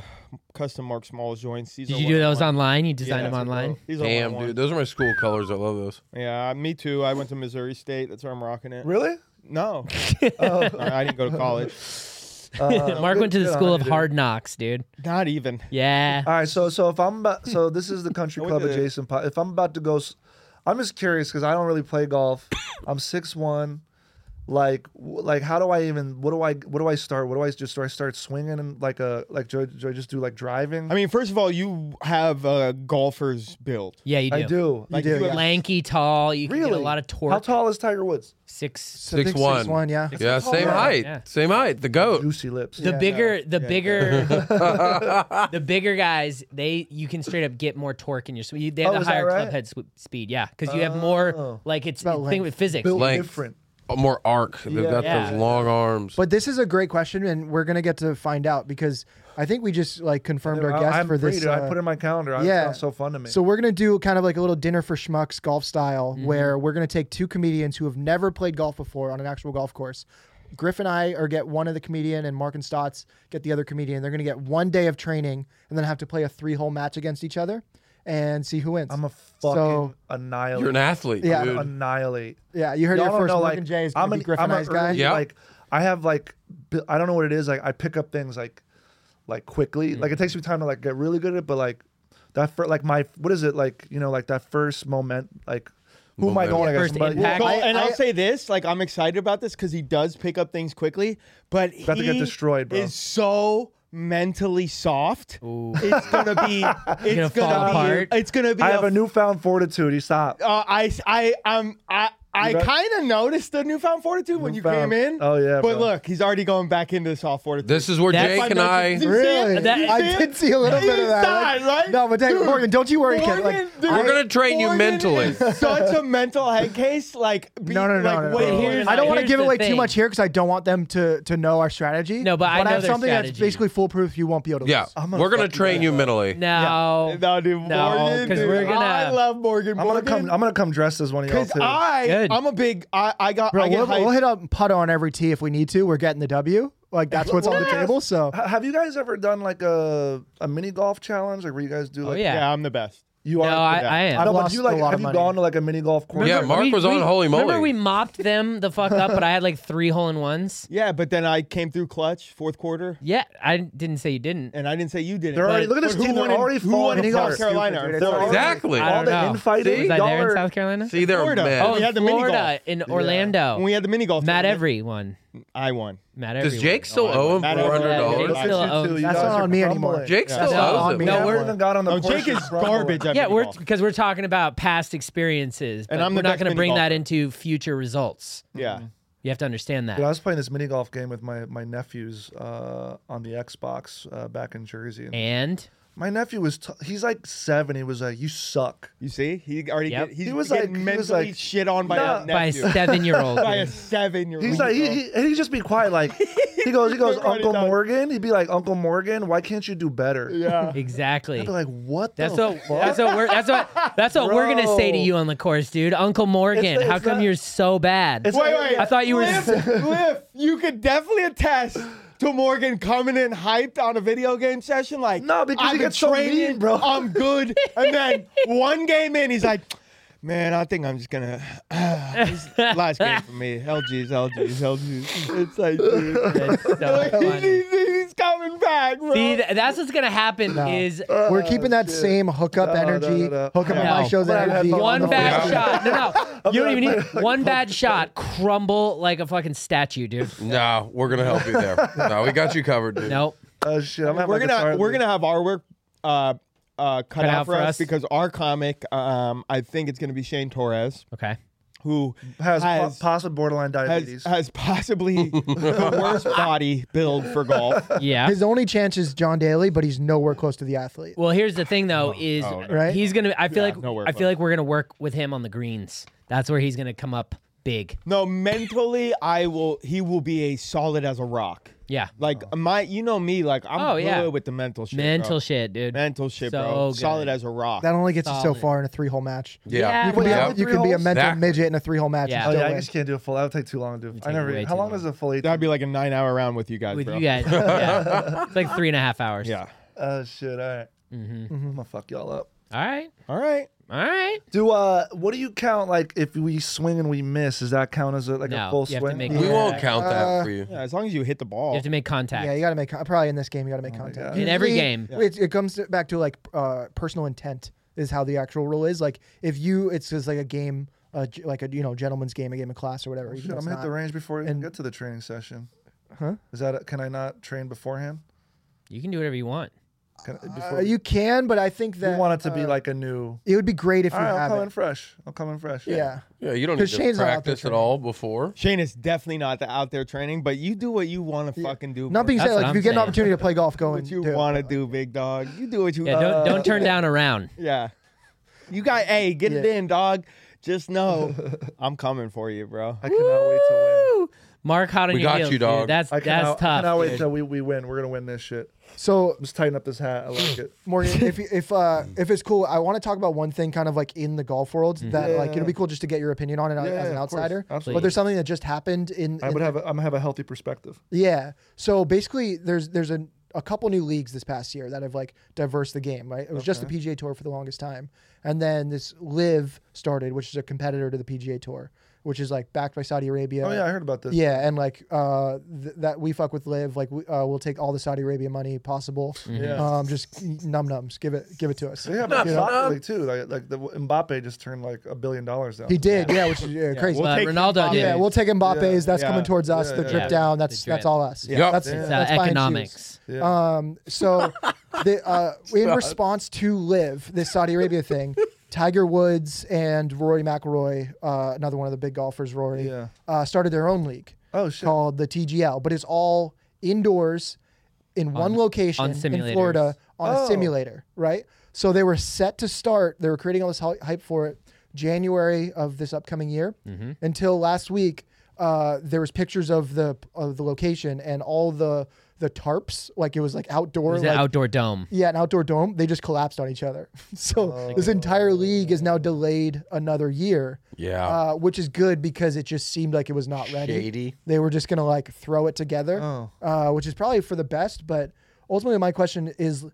F: custom Mark Small joints. These
E: Did
F: are
E: you
F: what
E: do
F: I
E: those
F: want.
E: online? You designed
F: Yeah,
E: them online?
F: These are what I
B: Damn,
F: want.
B: dude, those are my school colors. I love those.
F: Yeah, me too. I went to Missouri State. That's where I'm rocking it.
C: Really?
F: No, No, I didn't go to college.
E: Mark went to the
C: yeah,
E: school
C: I
E: of
C: do.
E: hard knocks, dude.
F: Not even.
E: Yeah.
C: All right, so so if I'm about, so this is the country club
F: went to-
C: adjacent. Po- if I'm about to go, s- I'm just curious because I don't really play golf. I'm six one. Like w- like how do I even what do I what do I start? What do I just do? I start swinging and like a like do I, do I just do like driving?
F: I mean, first of all, you have a golfer's build.
E: Yeah, you do.
C: I do.
F: Like
C: You
F: you have-
E: Lanky, tall. You can
C: really
E: get a lot of
C: How
E: torque.
C: tall is Tiger Woods?
E: Six.
D: I think
B: Six one.
D: one, yeah.
B: yeah, same
C: yeah.
B: height.
E: Yeah.
B: Same height. Oh. The goat.
C: Juicy lips.
E: The bigger, the bigger, the bigger guys. They you can straight up get more torque in your sw- you They have
C: Oh,
E: the
C: is that
E: higher
C: right? Oh.
E: club head sw- speed. Yeah, because you have more like it's,
D: about
E: thing
D: length.
E: with physics.
C: Built
B: Length.
C: different.
B: more arc. They've got
E: Yeah.
B: those long arms.
D: But this is a great question, and we're gonna get to find out because I think we just like confirmed our
C: I-
D: guest
C: I'm
D: for
C: free,
D: this.
C: dude. I
D: uh,
C: put it in my calendar. I, yeah,
D: yeah.
C: sounds so fun to me.
D: So we're gonna do kind of like a little dinner for schmucks golf style,
C: Mm-hmm.
D: where we're gonna take two comedians who have never played golf before on an actual golf course. Griff and I are get one of the comedian, and Mark and Stotts get the other comedian. They're gonna get one day of training, and then have to play a three hole match against each other, and see who wins.
C: I'm a fucking
D: So-
C: annihilate.
B: You're an athlete,
D: Yeah.
B: dude.
C: annihilate.
D: yeah, you heard
C: Y'all
D: it
C: don't
D: first.
C: know,
D: Mark
C: like,
D: and Jay is gonna
C: I'm
D: be
C: an-
D: Griff
C: I'm
D: and
C: an
D: I's guy.
C: early,
B: Yeah.
C: Like I have like bi- I don't know what it is. Like I pick up things like like quickly.
D: Mm-hmm.
C: Like it takes me time to like get really good at it, but like that for like my what is it like you know like that first moment like who am I
B: Momentum.
C: going
E: Yeah,
C: against?
E: first
C: But-
E: impact.
F: So-
D: I-
F: and I,
D: I-
F: will say this, like I'm excited about this because he does pick up things quickly, but
C: About to
F: he
C: get destroyed, bro.
F: is so mentally soft. It's gonna be,
E: gonna
F: it's gonna,
E: fall
F: be,
E: apart.
F: it's gonna be.
C: I have a
F: a
C: newfound fortitude. He stopped.
F: uh, I, I, um, I, I
C: You got-
F: kind of noticed the newfound fortitude when you
C: Newfound-
F: came in.
C: Oh, yeah,
F: but
C: bro.
F: look, he's already going back into soft fortitude.
B: This is where
E: That's
B: Jake
E: my
B: and
F: mention-
B: I.
F: Dude,
D: Really?
F: You see it? You
D: I
F: see it?
D: did see a little
F: You
D: bit of that.
F: saw it, right?
D: No, but dang,
F: Dude,
D: Morgan, don't you worry, kid.
F: Morgan,
D: Like,
F: dude,
B: We're gonna train you
F: Morgan
B: mentally.
F: is Such a mental head case. Like, be,
D: No, no, no,
F: like,
D: no, no,
F: wait,
D: no.
F: here's-
D: I don't want to
E: Here's
D: give
E: the
D: away too
E: thing.
D: much here because I don't want them to to know our strategy.
E: No, but I know
D: have
E: their
D: something that's
E: strategy.
D: basically foolproof. You won't be able to.
B: Yeah,
D: lose.
C: gonna
B: we're gonna
C: fuck you
B: train
C: guys
B: you
C: up.
B: mentally.
E: No.
F: No, dude,
E: No,
F: Morgan,
E: 'cause
F: dude.
E: we're gonna-
F: I love Morgan.
C: I'm gonna
F: Morgan,
C: come. I'm gonna come dressed as one of y'all
F: Because
C: too.
F: I,
E: Good.
F: I'm a big. I, I got.
D: bro,
F: I get
D: we'll,
F: hyped.
D: we'll hit up putter on every tee if we need to. We're getting the W. Like that's what's on the
C: Yes.
D: table. So
C: H- Have you guys ever done like a a mini golf challenge? Like where you guys do like
E: yeah.
F: yeah. I'm the best.
C: you
E: No,
C: are.
E: I,
F: yeah.
E: I am.
D: Oh, I've
C: no, but
D: lost
C: you like
D: a lot
C: have
D: of
C: you
D: money.
C: gone to like a mini golf course?
B: Yeah, Mark was on Holy Moly.
E: Remember we mopped them the fuck up, but I had like three hole in ones.
F: Yeah, but then I came through clutch fourth quarter,
E: Yeah, I didn't say you didn't.
F: and I didn't say you didn't.
C: They're already
F: But-
C: look at this
F: but
C: team.
F: Who
C: They're
F: won
C: already
F: in, who won
C: falling
F: in
D: Mini
F: South
D: golf's stupid,
F: Carolina? Or
D: dude. It's
F: Florida?
D: already-
B: Exactly.
E: I
C: all
E: don't
C: the
E: know.
C: infighting.
B: See?
E: Was I
C: y'all
E: there in
C: are-
E: South Carolina?
B: See, they're
F: Florida.
B: mad.
E: Oh,
F: We
E: in
F: had the mini
E: Florida,
F: golf.
E: in Orlando.
F: When we had the mini golf,
E: Matt
F: tournament,
E: Every won.
F: I won.
E: Matt Every.
B: Does Jake
E: won.
B: still owe him
F: Matt
B: four hundred
E: Everett.
B: dollars?
E: Yeah,
C: Look at
E: still
C: you two,
E: owns-
C: you
D: That's
C: guys
D: not
C: are
D: on me
C: crumbling.
D: anymore.
B: Jake still
D: That's not
B: owes
D: on
B: him.
D: me.
C: No,
D: Yeah.
C: we haven't even got on the
F: Oh,
C: course
F: Jake
C: yet.
F: is garbage at
E: Yeah,
F: mini
E: we're
F: golf.
E: because we're talking about past experiences, but
F: And I'm
E: we're
F: the
E: not
F: best
E: going to bring
F: mini
E: that
F: golfer.
E: into future results.
F: Yeah.
E: You have to understand that.
C: Dude, I was playing this mini golf game with my my nephews uh, on the Xbox uh, back in Jersey. And
E: And
C: my nephew was t- he's like seven. He was like, "You suck."
F: You see, he already
E: Yep.
F: get, he's
C: He was
F: getting
C: like- he was
F: mentally
C: like,
F: shit on by
C: Nah.
F: a
E: by a
F: nephew.
E: seven year old.
F: by a seven year old.
C: He's like, he, he, and he'd just be quiet. Like he goes, he goes,
F: Write it
C: Uncle
F: down.
C: Morgan. He'd be like, Uncle Morgan, why can't you do better?
F: yeah.
E: Exactly.
C: I'd be like, what?
E: That's
C: the
E: what,
C: fuck?
E: that's what we're that's what that's what we're gonna say to
C: Bro.
E: you on the course, dude. Uncle Morgan,
C: It's-
E: how
C: it's
E: come
C: not-
E: you're so bad?
C: It's
F: Wait,
C: not-
F: wait.
E: I thought you were-
F: Liff, Liff, you could definitely attest to Morgan coming in hyped on a video game session. Like,
C: No, because
F: I've
C: he
F: been
C: gets so
F: training,
C: mean, bro."
F: I'm good. And then one game in, he's like, man, I think I'm just going to. last game for me. LG's, LG's, LG's. It's like, dude.
E: That's so
F: like, he-
E: funny.
F: he- he's coming back, bro.
E: See, th- that's what's gonna happen is
C: Oh,
D: We're keeping that same hookup
C: No, no,
D: energy,
C: no, no.
D: hookup on
E: No.
D: my show's
C: But I had
D: energy.
C: fun.
D: on
E: one
D: the
E: bad
D: floor.
E: shot. No, no, you don't
C: like,
E: even need
C: like,
E: one bad shot. Crumble like a fucking statue, dude.
B: No, we're gonna help you there. No, we got you covered, dude.
E: Nope.
C: Oh shit! I'm
F: we're gonna we're gonna have our work uh, uh, cut, out, for us, because our comic, um, I think it's gonna be Shane Torres,
E: Okay.
F: who
C: has,
F: has
C: po- possible borderline
F: has,
C: diabetes.
F: has possibly the worst body build for golf.
E: Yeah.
D: His only chance is John Daly, but he's nowhere close to the athlete.
E: Well, here's the thing though is
D: Right?
E: he's gonna. I feel
F: Yeah,
E: like
F: nowhere
E: I feel
F: close.
E: like we're gonna work with him on the greens. That's where he's gonna come up big.
F: No, mentally, I will. He will be a solid as a rock.
E: Yeah.
F: Like
C: Oh.
F: my, you know me. Like I'm
E: Oh,
F: good
E: yeah.
F: with the mental shit. bro.
E: Mental shit, dude.
F: mental shit,
E: So
F: bro.
E: good.
F: Solid as a rock.
D: That only gets you so
E: Solid.
D: far in a three-hole match.
E: Yeah.
B: Yeah.
D: You can, be,
C: Without
D: a,
C: the
D: you
C: three
D: can be a
C: holes?
D: mental
B: Exactly.
D: midget in a three-hole match.
E: Yeah.
D: and
C: oh
D: still
C: yeah, I
D: win.
C: just can't do a full. That would take too long to do. I
E: take
C: never.
E: way
C: How
E: too
C: long
E: long.
C: is a full eight?
F: That'd be like a nine hour round with you guys,
E: with
F: bro.
E: you guys. Yeah. it's like three and a half hours.
F: Yeah.
C: Oh shit! All right. Mm-hmm. I'm gonna fuck y'all up.
E: All right.
F: All right.
E: All right.
C: Do uh, what do you count? Like, if we swing and we miss, does that count as a, like
E: No,
C: a full
E: you have to
C: swing?
E: make-
B: We
E: Yeah.
B: won't count that
D: Uh,
B: for you.
F: Yeah, as long as you hit the ball.
E: You have to make contact.
D: Yeah, you got to make con- probably in this game. You got to make contact
C: Oh God.
E: In every
D: Usually,
E: game.
D: It, it comes to- back to like uh, personal intent is how the actual rule is. Like if you, it's just like a game, uh, g- like a you know gentleman's game, a game of class or whatever. even
C: Oh, Shit,
D: though
C: I'm
D: it's
C: gonna hit the
D: not.
C: range before we even
D: and-
C: get to the training session. Huh? Is that? A, can I not train beforehand?
E: You can do whatever you want.
C: Can,
D: Uh,
C: before
D: you can, but I think
C: we
D: that
C: want it to be
D: uh,
C: like a new.
D: It would be great if
C: All
D: you
C: right, I'll
D: have
C: come
D: it.
C: in fresh. I'll come in fresh.
D: yeah.
B: Yeah, you don't need
D: 'Cause
B: to
D: Shane's not out there
B: practice at
D: training.
B: all before.
F: Shane is definitely not the- out there training, but you do what you want to fucking do.
D: Not
F: bro.
D: being
E: That's
D: said, like
E: what
D: if you
E: I'm
D: get an
E: saying.
D: opportunity to play golf, go and
F: what you
D: do it.
F: want to do, big dog. You do what you.
D: Uh,
E: Yeah, don't don't turn down around.
F: yeah. You got. Hey, get it
D: Yeah.
F: in, dog. Just know I'm coming for you, bro.
C: I cannot wait to win.
E: Woo! Mark Hot on
B: We
E: your
B: got
E: heels,
B: you,
E: dude.
B: dog.
E: That's
C: I cannot,
E: that's
C: I
E: tough.
C: cannot wait
E: dude.
C: till we, we win. We're gonna win this shit.
D: So
C: Just tighten up this hat. I like it.
D: Morgan, if if uh, if it's cool, I want to talk about one thing, kind of like in the golf world,
E: Mm-hmm.
D: that like it'll be cool just to get your opinion on it uh,
C: Yeah,
D: as
C: of course.
D: an outsider. But
C: Absolutely.
D: there's something that just happened in.
C: I
D: in-
C: would have. A, I'm gonna have a healthy perspective.
D: yeah. So basically, there's there's a a couple new leagues this past year that have like diverse the game. Right, it was just the PGA Tour for the longest time, and then this Live started, which is a competitor to the PGA Tour, which is like backed by Saudi Arabia.
C: Oh yeah, I heard about this.
D: Yeah, and like uh, th- that we fuck with live. Like we, uh, we'll take all the Saudi Arabia money possible.
E: Mm-hmm.
C: Yeah.
D: Um, just num nums, give it, give it to us.
C: They have Mbappe like, too. Like, like the Mbappe just turned like a billion dollars down.
D: He did, yeah, which is yeah, crazy.
F: we'll
E: Uh,
F: take
E: Ronaldo
F: Mbappe.
E: did.
D: yeah, we'll take Mbappe's. that's
F: Yeah.
D: coming towards us.
C: Yeah,
D: the
C: yeah,
D: drip
E: yeah.
D: down. That's
E: The drip.
D: that's all us.
B: Yeah.
D: that's,
E: It's uh,
D: that's buying shoes.
E: economics.
D: Um, so the, uh, in response to live this Saudi Arabia thing, Tiger Woods and Rory McIlroy, uh, another one of the big golfers, Rory,
C: Yeah.
D: uh, started their own league.
C: Oh, shit.
D: Called the TGL, but it's all indoors in one location
E: on
D: in
E: simulators.
D: Florida on
C: Oh.
D: a simulator, right? So they were set to start. They were creating all this hy- hype for it January of this upcoming year until last week. Uh, there was pictures of the of the location and all the the tarps, like it was like outdoor,
E: It's
D: like,
E: an outdoor dome.
D: yeah, an outdoor dome. They just collapsed on each other. So this entire league is now delayed another year.
B: Yeah.
D: uh, which is good because it just seemed like it was not ready.
B: Shady.
D: They were just gonna like throw it together, uh, which is probably for the best. But ultimately, my question is,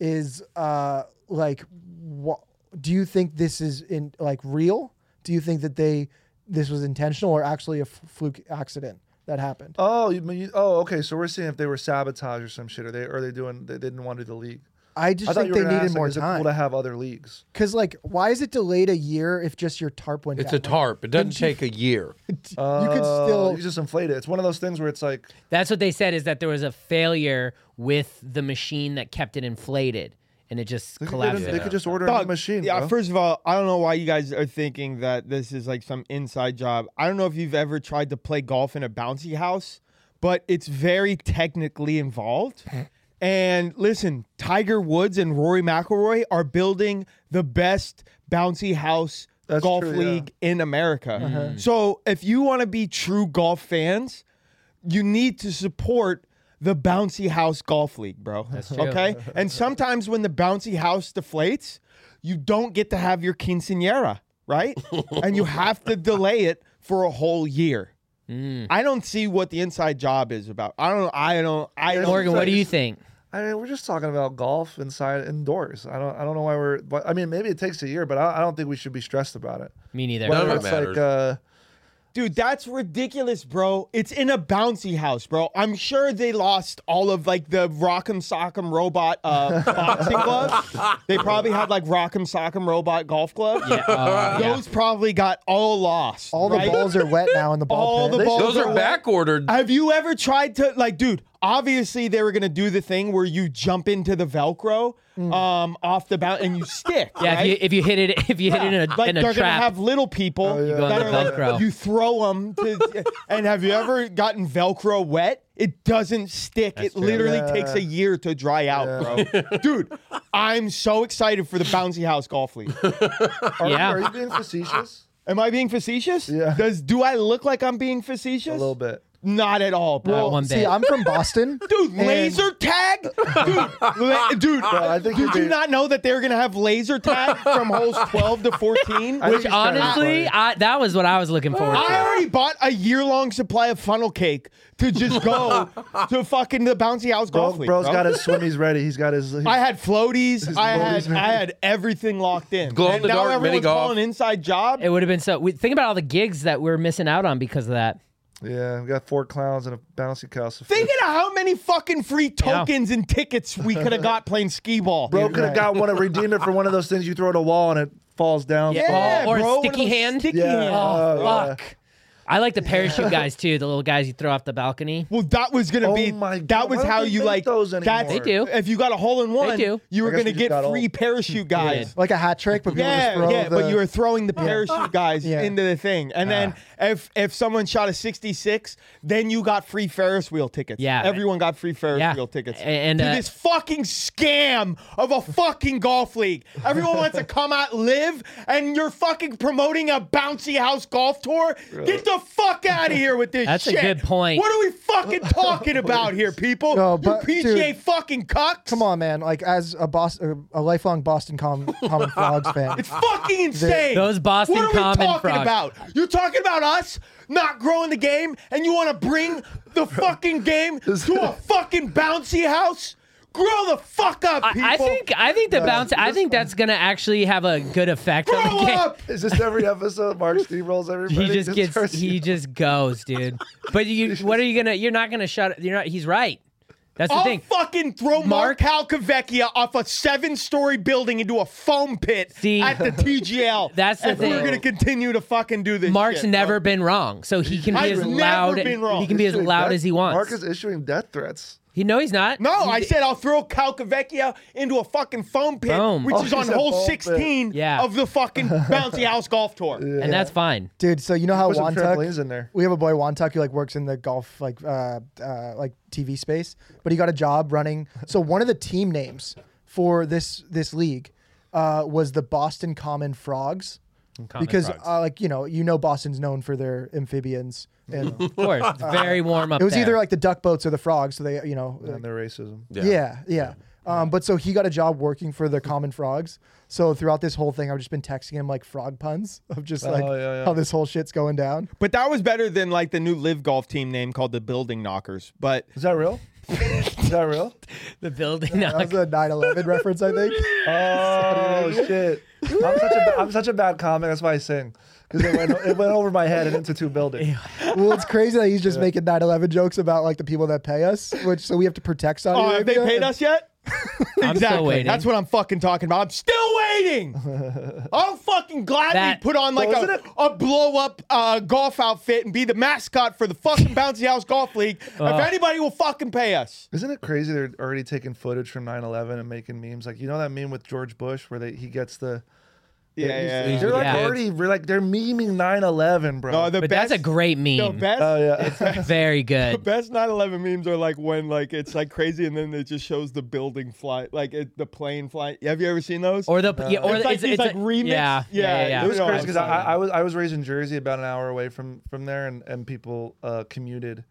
D: is uh, like, what do you think this is in like real? Do you think that they this was intentional or actually a f- fluke accident that happened?
C: Oh, you mean? You, oh, okay. So we're seeing if they were sabotage or some shit, or they or they doing they didn't want to do the league.
D: I just
C: I thought
D: think
C: you
D: they
C: were gonna
D: needed
C: ask,
D: more
C: like, is it cool
D: time.
C: to have other leagues.
D: Cause like, why is it delayed a year if just your tarp went
B: It's a
D: down?
B: tarp. It doesn't take a year.
D: you could
C: Oh,
D: still
C: you just inflate it. It's one of those things where it's like
E: That's what they said is that there was a failure with the machine that kept it inflated and it just
C: they could,
E: collapsed.
C: they could just order a
F: Dog,
C: new machine.
F: Yeah,
C: bro.
F: first of all, I don't know why you guys are thinking that this is like some inside job. I don't know if you've ever tried to play golf in a bouncy house, but it's very technically involved. And listen, Tiger Woods and Rory McIlroy are building the best bouncy house
C: That's
F: golf
C: true, yeah.
F: league in America. So if you want to be true golf fans, you need to support the bouncy house golf league, bro. That's
E: true.
F: Okay? And sometimes when the bouncy house deflates, you don't get to have your quinceanera, right? and you have to delay it for a whole year.
E: Mm.
F: I don't see what the inside job is about. I don't I don't I don't
E: Morgan, what do you think?
C: I mean, we're just talking about golf inside indoors. I don't I don't know why we're. But, I mean, maybe it takes a year, but I, I don't think we should be stressed about it.
E: Me neither.
B: None of
C: Whether
B: it
C: it's like
B: matters.
C: uh,
F: Dude, that's ridiculous, bro. It's in a bouncy house, bro. I'm sure they lost all of like the Rock'em Sock'em Robot uh, boxing gloves. They probably had like Rock'em Sock'em Robot golf gloves.
E: Uh, yeah.
F: Those probably got all lost.
D: all the
F: right?
D: balls are wet now in the ball
F: All
D: pit.
F: the balls
B: Those are
F: wet.
B: back ordered.
F: Have you ever tried to like, dude? Obviously, they were gonna do the thing where you jump into the Velcro
D: Mm.
F: um, off the bounce and you stick.
E: Yeah,
F: right?
E: if you if you hit it if you hit it in a,
F: like
E: in
F: they're
E: a
F: gonna
E: trap,
F: have little people
C: Oh, yeah.
E: go on
F: that
E: the
F: are like-
E: Velcro.
F: you throw them to, and have you ever gotten Velcro wet? It doesn't stick. it literally
C: Yeah.
F: takes a year to dry out, bro. Dude, I'm so excited for the bouncy house golf league.
C: are,
E: Yeah.
C: are you being facetious?
F: Am I being facetious?
C: Yeah.
F: Does do I look like I'm being
C: a
F: facetious?
C: little bit.
F: Not at all, bro.
E: Not one
D: See,
E: bit.
D: I'm from Boston.
F: Dude,
D: and-
F: laser tag, dude, la- dude.
C: I think
F: did
C: you're
F: you
C: being-
F: not know that they were gonna have laser tag from holes twelve to fourteen?
C: I
E: which
C: think it's kinda
E: honestly,
C: funny.
E: I, that was what I was looking forward to.
F: I already bought a year long supply of funnel cake to just go to fucking the bouncy house golf
C: Bro,
F: league.
C: bro's
F: bro.
C: got his swimmies ready. He's got his.
F: I had floaties.
C: floaties,
F: I had
C: man.
F: I had everything locked in.
B: Glow in
F: And
B: the
F: now
B: dark
F: everyone's
B: mini golf.
F: calling inside job.
E: It would have been so. We, think about all the gigs that we're missing out on because of that.
C: yeah, we got four clowns and a bouncy castle.
F: Thinking of how many fucking free tokens and tickets we could have got playing skee ball.
C: Bro could have got one and redeemed it for one of those things you throw at a wall and it falls down.
F: yeah,
E: Or a
F: bro, one of
E: sticky
F: those
E: hand.
F: Sticky
C: Yeah.
F: hand.
C: Oh,
E: Fuck. I like the parachute guys too, the little guys you throw off the balcony.
F: Well, that was gonna
C: Oh
F: be
C: my God,
F: that
C: why
F: was
C: don't
F: how
C: they
F: you
C: make
F: like
C: those
F: that's-
C: anymore?
E: They do.
F: If you got a hole in one,
E: do.
F: you were
C: I guess
F: gonna
C: we just
F: get
C: got
F: free
C: old.
F: parachute guys.
D: like a hat trick, but people just
F: Yeah,
D: throw
F: yeah, but
D: the-
F: you were throwing the parachute guys
D: Yeah.
F: into the thing, and then if if someone shot a sixty six, then you got free Ferris wheel tickets.
E: Yeah.
F: everyone got free Ferris
E: Yeah.
F: wheel tickets.
E: A- and,
F: to
E: uh,
F: this fucking scam of a fucking golf league, everyone wants to come out live, and you're fucking promoting a bouncy house golf tour. Get the fuck out of here with this.
E: That's a
F: shit.
E: good point.
F: What are we fucking talking about here, people?
D: No, but,
F: you PGA
D: dude,
F: fucking cucks.
D: Come on, man! Like as a Boston, a lifelong Boston Com- Common Frogs fan,
F: It's fucking insane.
E: Those Boston
F: What are we
E: Common
F: talking
E: frogs.
F: about? You're talking about us not growing the game, and you want to bring the fucking game to a fucking bouncy house? Grow the fuck up, people.
E: I, I think I think the bounce. I think that's gonna actually have a good effect on
F: Grow
E: the game.
F: up.
C: Is this every episode? Mark steamrolls everybody.
E: He just gets.
C: turns
E: He
C: you-
E: just goes, dude. But you, what are you gonna? You're not gonna shut. You're not. He's right. That's the
F: I'll
E: thing.
F: fucking throw Mark Halkovecchia off a seven-story building into a foam pit
E: See,
F: at the TGL.
E: that's the
F: if We're
E: thing.
F: gonna continue to fucking do this.
E: Mark's
F: shit,
E: never
F: bro.
E: been wrong, so he can be
F: I've
E: as
F: never
E: loud.
F: been wrong.
E: He can be as
C: issuing
E: loud
C: death-
E: as he wants.
C: Mark is issuing death threats.
E: he no, he's not.
F: No,
E: He-
F: I said I'll throw Calcavecchia into a fucking foam pit,
E: Boom.
F: which
E: Oh,
F: is on
C: he's a foam
F: hole
C: pit.
F: 16
E: Yeah.
F: of the fucking Bouncy House Golf Tour.
E: and that's fine.
D: dude. So you know how
C: Put some
D: Wantuck,
C: trampolines in there.
D: we have a boy Wantuck who like works in the golf like uh, uh like TV space, but he got a job running. So one of the team names for this this league uh, was the Boston Common Frogs. because
B: frogs.
D: Uh, like you know you know Boston's known for their amphibians and
E: Of course, it's very warm up.
D: it was
E: there.
D: either like the duck boats or the frogs so they you know uh,
C: And their racism.
D: Yeah, yeah. Um, but so he got a job working for the Common Frogs. So throughout this whole thing, I've just been texting him like frog puns of just like
C: yeah, yeah.
D: how this whole shit's going down.
F: But that was better than like the new live golf team name called the Building Knockers. But
C: Is that real? Is that real?
E: the building.
D: That was a 9/11 reference, I think.
C: Oh shit! I'm such, a, I'm such a bad comic. That's why I sing because it went, it went over my head and into two buildings.
D: Well, it's crazy that he's just making 9/11 jokes about like the people that pay us, which so we have to protect Saudi
F: oh, have they
D: Arabia.
F: paid us yet?
E: I'm still waiting.
F: That's what I'm fucking talking about. I'm still waiting. I'll fucking gladly
E: That-
F: put on like
C: Well,
F: a,
C: isn't it-
F: a blow up uh, golf outfit and be the mascot for the fucking Bouncy House Golf League if anybody will fucking pay us.
C: Isn't it crazy? They're already taking footage from 9/11 and making memes. Like you know that meme with George Bush where they he gets the
F: Yeah, yeah. yeah.
C: They're like
E: Yeah.
C: already we're like they're memeing 9/11, bro.
F: No, the
E: but
F: best,
E: that's a great meme.
F: The best
C: oh yeah.
E: Very
F: The
E: good.
F: best 9/11 memes are like when like it's like crazy and then it just shows the building fly like it, the plane fly. Have you ever seen those?
E: Or the yeah, or
F: It's
E: the,
F: like
E: it's,
F: these,
E: it's
F: like,
E: a,
F: remix-
E: Yeah, yeah,
F: yeah,
E: yeah.
F: it
C: It was
F: No,
C: crazy
F: I'm
C: because I, I was I was raised in Jersey, about an hour away from from there, and and people uh, commuted.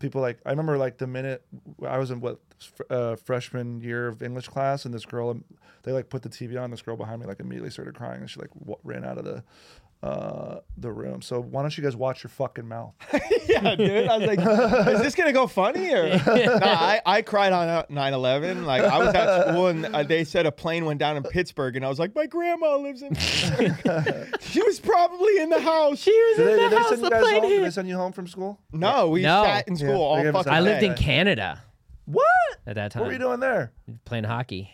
C: People like I remember like the minute I was in what fr- uh, freshman year of English class, and this girl um, they like put the TV on. This girl behind me like immediately started crying, and she like w- ran out of the uh the room. So why don't you guys watch your fucking mouth?
F: yeah, dude. I was like, is this gonna go funny or? nah, I, I cried on uh, 9/11. Like I was at school and uh, they said a plane went down in Pittsburgh, and I was like, my grandma lives in. Pittsburgh." she was probably in the house. She was.
C: Did they, did they
E: house,
C: send
E: the
C: you guys
E: plane
C: home? Did they
E: hit.
C: send you home from school?
F: No, we
E: No.
F: sat in school
D: Yeah.
F: all
C: They gave us
F: fucking.
E: I lived
F: day.
E: in Canada
C: What?
E: at that time.
C: What were you doing there?
E: Playing hockey.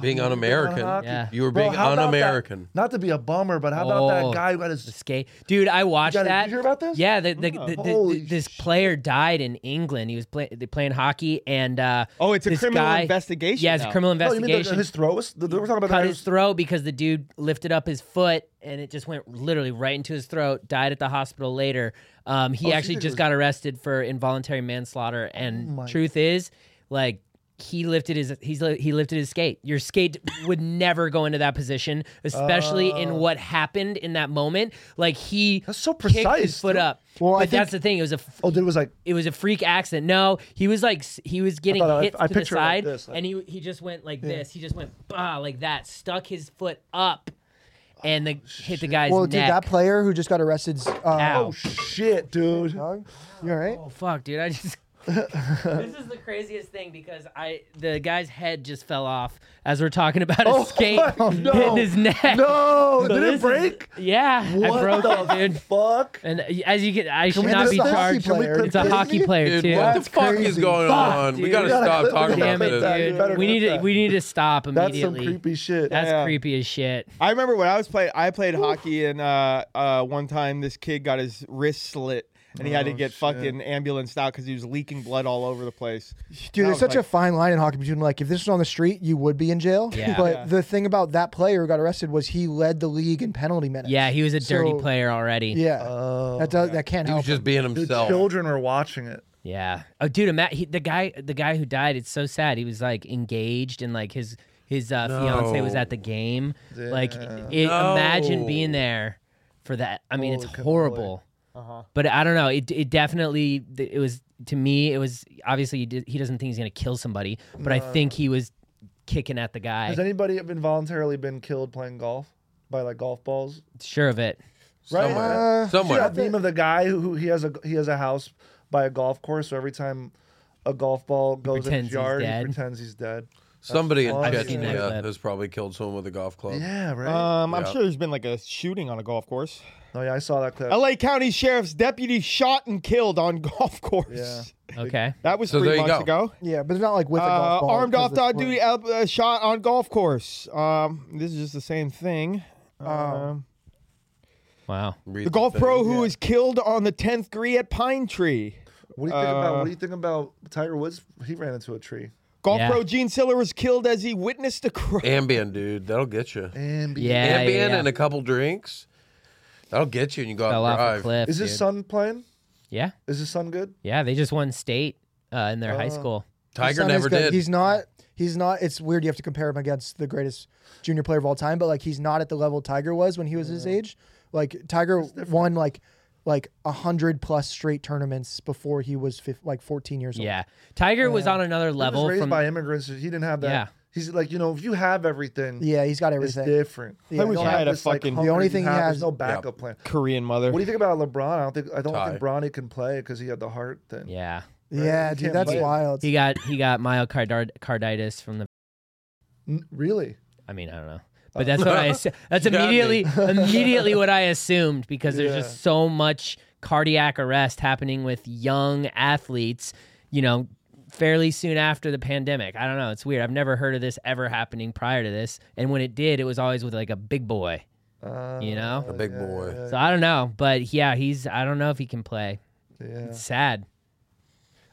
B: Being un-American.
C: hockey.
E: Yeah.
B: You were
C: Uh-huh. Bro,
B: being
C: how about that-
B: un-American.
C: Not to be a bummer, but how about
E: Oh.
C: that guy who got his
E: The skate, dude. I watched
C: gotta-
E: that.
C: did you hear about this?
E: Yeah, the, the, the, the-
C: Holy
E: this
C: shit.
E: player died in England. He was play, they playing hockey, and uh,
F: Oh, it's a
E: this
F: criminal
E: guy-
F: investigation
E: Yeah, it's
F: now.
E: a criminal
C: Oh, you mean the,
E: investigation.
C: his throat was? The, we're talking about the
E: Cut
C: guy
E: his
C: who's-
E: throat because the dude lifted up his foot, and it just went literally right into his throat. Died at the hospital later. Um, he
C: Oh, so you
E: actually
C: think it
E: just
C: was- Oh
E: got arrested for involuntary manslaughter. And
C: my-
E: truth is, like. He lifted his he's li- he lifted his skate. Your skate would never go into that position, especially in what happened in that moment. Like he
C: Uh. That's so
E: kicked
C: precise,
E: his foot
C: dude.
E: up.
D: Well, I
E: but
D: think-
E: that's the thing. It was a f-
C: Oh, dude was like,
E: it was a freak accident. No, he was like s- he was getting
C: I thought I-
E: hit
C: I
E: to the
C: picture it like
E: side,
C: this, like-
E: and he he just went like this. He just went bah like that, stuck his foot up, and the, hit the guy's
D: Well,
E: neck.
D: dude, that player who just got arrested. Uh,
E: Ow.
C: oh shit, dude.
D: dog, you all right?
E: Oh fuck, dude! I just this is the craziest thing because I the guy's head just fell off as we're talking about his skate
C: Oh, no.
E: hitting his neck.
C: No,
E: So
C: did
E: this
C: it
E: is-
C: break?
E: Yeah, I
C: What
E: broke
C: the
E: it, dude.
C: Fuck.
E: And uh, as you get, I should
D: we
E: not
D: just
E: be
D: stop?
E: charged.
D: Can we clip
E: It's a
D: this?
E: hockey player
B: Dude,
E: too.
B: what
D: That's
B: the fuck is
D: crazy.
B: going on?
E: dude.
B: We gotta
E: You gotta
B: stop
C: clip
B: talking
C: this.
B: about
E: Damn it,
C: clip that. You
E: dude.
C: better
E: We
C: clip
E: need to
C: that.
E: we need to stop
C: That's
E: immediately.
C: some creepy shit.
E: That's
F: Yeah.
E: creepy as shit.
F: I remember when I was playing, I played hockey, and uh, uh, one time this kid got his wrist slit, and he had to
C: Oh,
F: get
C: shit.
F: fucking ambulanced out because he was leaking blood all over the place.
D: Dude,
F: That
D: there's
F: was
D: such a
F: like-
D: fine line in hockey between like if this was on the street, you would be in jail.
E: Yeah.
D: But
F: Yeah.
D: the thing about that player who got arrested was he led the league in penalty minutes.
E: Yeah, he was a dirty
D: So-
E: player already.
D: Yeah.
C: Oh,
D: that does, that can't
B: He was
D: help.
B: just being
C: The
B: himself.
C: children were watching it.
E: Yeah. Oh, dude, Matt, he, the guy, the guy who died. It's so sad. He was like engaged, and like his his uh, fiance was
B: No.
E: at the game. Like,
C: Damn.
E: i
B: No.
E: imagine being there for that. I mean, it's
C: Holy Uh-huh. cannoli.
E: horrible. But I don't know. It it definitely it was to me. It was obviously he, did, he doesn't think he's gonna kill somebody, but I think he was kicking at the guy.
C: Has anybody involuntarily been killed playing golf by like golf balls?
E: sure of it.
B: Somewhere.
D: Uh,
B: Somewhere.
C: That meme of the guy who, who he has a he has a house by a golf course, so every time a golf ball goes in
E: pretends
C: his
E: he's
C: yard, he
E: dead.
C: pretends he's dead.
B: Somebody in
C: I've seen that
B: Chechnya
E: clip.
B: has probably killed someone with a golf club.
C: Yeah, right.
F: Um, I'm
B: Yeah.
F: sure there's been like a shooting on a golf course.
C: oh yeah, I saw that clip.
F: L.A. County Sheriff's deputy shot and killed on golf course.
C: Yeah.
E: Okay.
F: That was
B: So there
F: three
B: you
F: months
B: go.
F: ago.
D: yeah, but it's not like with a
F: Uh,
D: golf ball.
F: armed
D: 'cause
F: off
D: it's
F: dog
D: like-
F: duty out- uh, shot on golf course. Um, this is just the same thing.
D: Oh.
F: Um,
E: Wow.
B: Read
F: the golf
B: thing.
F: pro who was killed on the 10th degree at Pine Tree.
C: What do you think about
F: Uh,
C: what do you think about Tiger Woods? He ran into a tree.
F: Golf
E: Yeah.
F: pro Gene Siller was killed as he witnessed a crime.
B: Ambien, dude. That'll get you.
C: And
E: Yeah.
B: Ambien
E: yeah.
B: and a couple drinks. That'll get you, and you go out
E: Fell
B: and
E: off
B: drive.
E: a cliff.
C: is his
E: dude.
C: son playing?
E: Yeah.
C: Is his son good?
E: Yeah. They just won state uh, in their high
C: Oh.
E: school.
D: His
B: Tiger
D: son is
B: never
D: good.
B: did.
D: He's not. He's not. It's weird. You have to compare him against the greatest junior player of all time, but like he's not at the level Tiger was when he was his age. Like Tiger won like like a hundred plus straight tournaments before he was fif- like fourteen years old.
E: Yeah. Tiger was on another
C: He was
E: level
C: raised
E: from
C: by immigrants. He didn't have that.
E: Yeah.
C: He's like, you know, if you have everything,
D: Yeah, he's got
C: it's
D: everything.
C: different.
D: Yeah, I wish
C: You don't
F: I
C: have
F: had a
C: this, like,
F: fucking- The
C: hunger
D: only
C: you
D: thing he
C: have, there's
D: has-
C: no backup plan.
F: Korean mother.
C: What do you think about LeBron? I don't think I don't
B: Ty.
C: think Bronny can play because he had the heart thing.
E: Yeah.
D: Yeah,
C: He
D: dude,
C: can't
D: that's
C: play.
D: wild.
E: He got he got myocarditis from the.
C: N- really?
E: I mean, I don't know, but that's what I. assu- That's
B: You got me.
E: immediately immediately what I assumed because there's
C: Yeah.
E: just so much cardiac arrest happening with young athletes. You know, fairly soon after the pandemic. I don't know. It's weird. I've never heard of this ever happening prior to this, and when it did, it was always with like a big boy.
C: Uh,
E: You know.
B: a big boy.
E: So I don't know, but yeah, he's. I don't know if he can play.
C: yeah.
E: It's sad.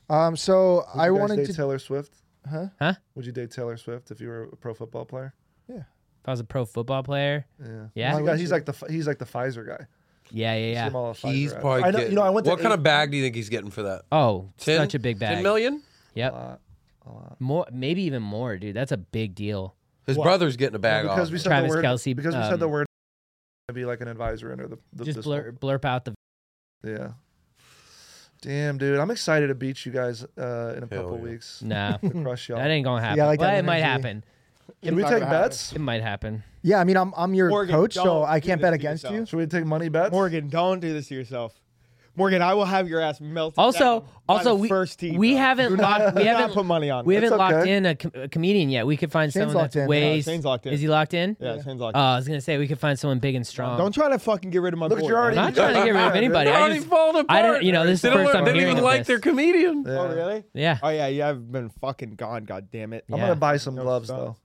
D: Um, so
C: Would
D: I
C: you guys
D: wanted
C: date
D: to.
C: Taylor Swift.
D: Huh?
E: Huh?
C: Would you date Taylor Swift if you were a pro football player?
E: If I was a pro football player,
C: Yeah.
E: Yeah.
C: He's,
D: Why
C: got,
D: would
C: he's
D: you?
C: like the Pf- he's like the Pfizer guy.
E: yeah, yeah, yeah.
C: Give him all the Pfizer
B: He's
C: ads.
B: probably.
C: I know, you know, I went to
B: what kind
C: eight-
B: of bag do you think he's getting for that?
E: Oh,
B: 10?
E: such a big bag.
B: Ten million.
E: Yep.
C: lot,
E: More, maybe even more, dude. That's a big deal.
B: His brother's getting a bag off.
C: because we said
E: Travis
C: the word
E: Kelce,
C: because we said
E: um,
C: the word to be like an advisor under the, the
E: Just
C: this
E: blur, blurp out the.
C: one. Yeah. Damn, dude, I'm excited to beat you guys uh, in a
B: Hell
C: couple
B: yeah.
C: weeks.
E: No,
C: To crush y'all.
E: that ain't gonna happen.
D: Yeah, I like that
E: well, it might
D: energy.
E: happen.
C: Should we
F: Not
C: take
F: gonna happen.
C: bets?
E: It might happen.
D: Yeah, I mean, I'm I'm your
F: Morgan,
D: coach, so
F: don't
D: I
F: do
D: can't
F: this
D: bet
F: to
D: against you.
F: yourself.
C: Should we take money bets?
F: Morgan, don't do this to yourself. Morgan, I will have your ass melted.
E: Also,
F: down by
E: also
F: the
E: we
F: first team.
E: we
F: bro.
E: haven't
F: Do
E: locked we
F: not
E: haven't
F: put money on.
E: we
F: it.
E: haven't locked
C: okay.
E: in a, com- a comedian yet. We could find
D: Shane's
E: someone that's
D: locked in.
E: way.
F: Yeah, Shane's locked in.
E: Is he locked in?
F: Yeah, Shane's locked.
E: Oh, I was gonna say we could find someone big and strong.
F: Don't try to fucking get rid of my
C: Look,
F: boy.
C: you're already-
E: I'm not trying to get rid of anybody.
B: They're
E: I
B: already
E: just,
B: falling apart.
E: I don't- you know, this is
B: they
E: the first
B: don't,
E: time
B: they don't
E: hearing
B: even
E: of
B: like
E: this.
B: their comedian.
C: Yeah.
F: Oh, really?
E: yeah.
F: Oh yeah, you have been fucking gone. God damn it!
C: I'm
E: Yeah.
C: gonna buy some gloves
F: stop.
C: though.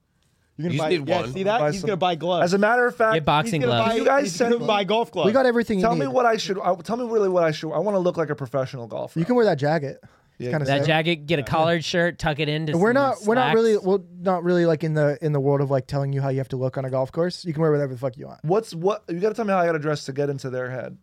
F: You're
B: You
F: gonna
B: just
F: buy,
B: need
F: yeah,
B: one.
F: See that?
C: Buy
F: he's
C: some-
F: gonna buy gloves.
C: As a matter of fact,
E: Get boxing
F: he's gonna
E: gloves.
F: Buy,
C: You guys
F: he's
C: send
F: gonna
C: me-
F: buy golf gloves.
D: We got everything
C: tell
D: you need.
C: me what I should. I, tell me really what I should. I want to look like a professional golfer.
D: you can wear that jacket. It's
C: Yeah,
D: kind of
E: That jacket, get a collared shirt, tuck it into.
D: we're
E: some
D: not we're not really
E: slacks.
D: we're not really like in the in the world of like telling you how you have to look on a golf course. You can wear whatever the fuck you want.
C: What's what? You gotta tell me how I gotta dress to get into their head.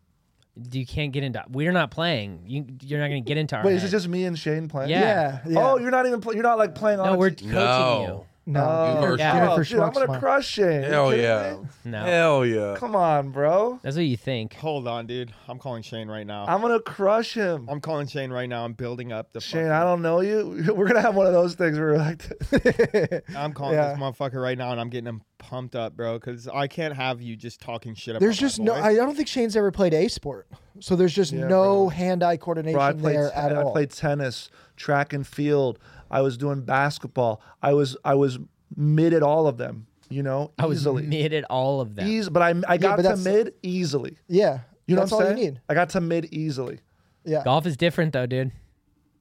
E: You can't get into. We're not playing. You, you're not gonna get into our.
C: Wait, is it
E: head.
C: just me and Shane playing?
E: Yeah.
D: Yeah. yeah.
C: Oh, you're not even. Play, you're not like playing on.
E: No, we're
C: T-
E: coaching
B: No.
D: no.
C: Oh,
B: You are
E: Yeah.
D: Doing it
C: oh,
D: for
C: dude, I'm
D: schmuck
C: gonna
D: smart.
C: crush Shane. You
B: Hell
C: kidding
B: yeah.
C: me?
E: you. No.
B: Hell yeah.
C: Come on, bro.
E: That's what you think.
F: Hold on, dude. I'm calling Shane right now. I'm,
C: I'm gonna crush him.
F: calling Shane right now. I'm building up the.
C: Shane, I don't know you. We're gonna have one of those things where we're like,
F: fucking- I'm calling
D: Yeah.
F: this motherfucker right now, and I'm getting him pumped up, bro. Because I can't have you just talking shit. About
D: There's
F: my
D: just no.
F: boy.
D: I don't think Shane's ever played a sport, so there's just
C: Yeah,
D: no
C: bro.
D: hand-eye coordination
C: bro, I played,
D: there
C: te-
D: at
C: I
D: all.
C: played tennis, track and field. I was doing basketball. I was, I was mid at all of them. You know,
E: I was
C: easily.
E: mid at all of them.
C: Eas- but I, I got to
D: but that's-
C: mid easily.
D: yeah,
C: You know
D: that's
C: what I'm
D: all
C: saying?
D: you need.
C: I got to mid easily.
D: Yeah,
E: Golf is different though, dude.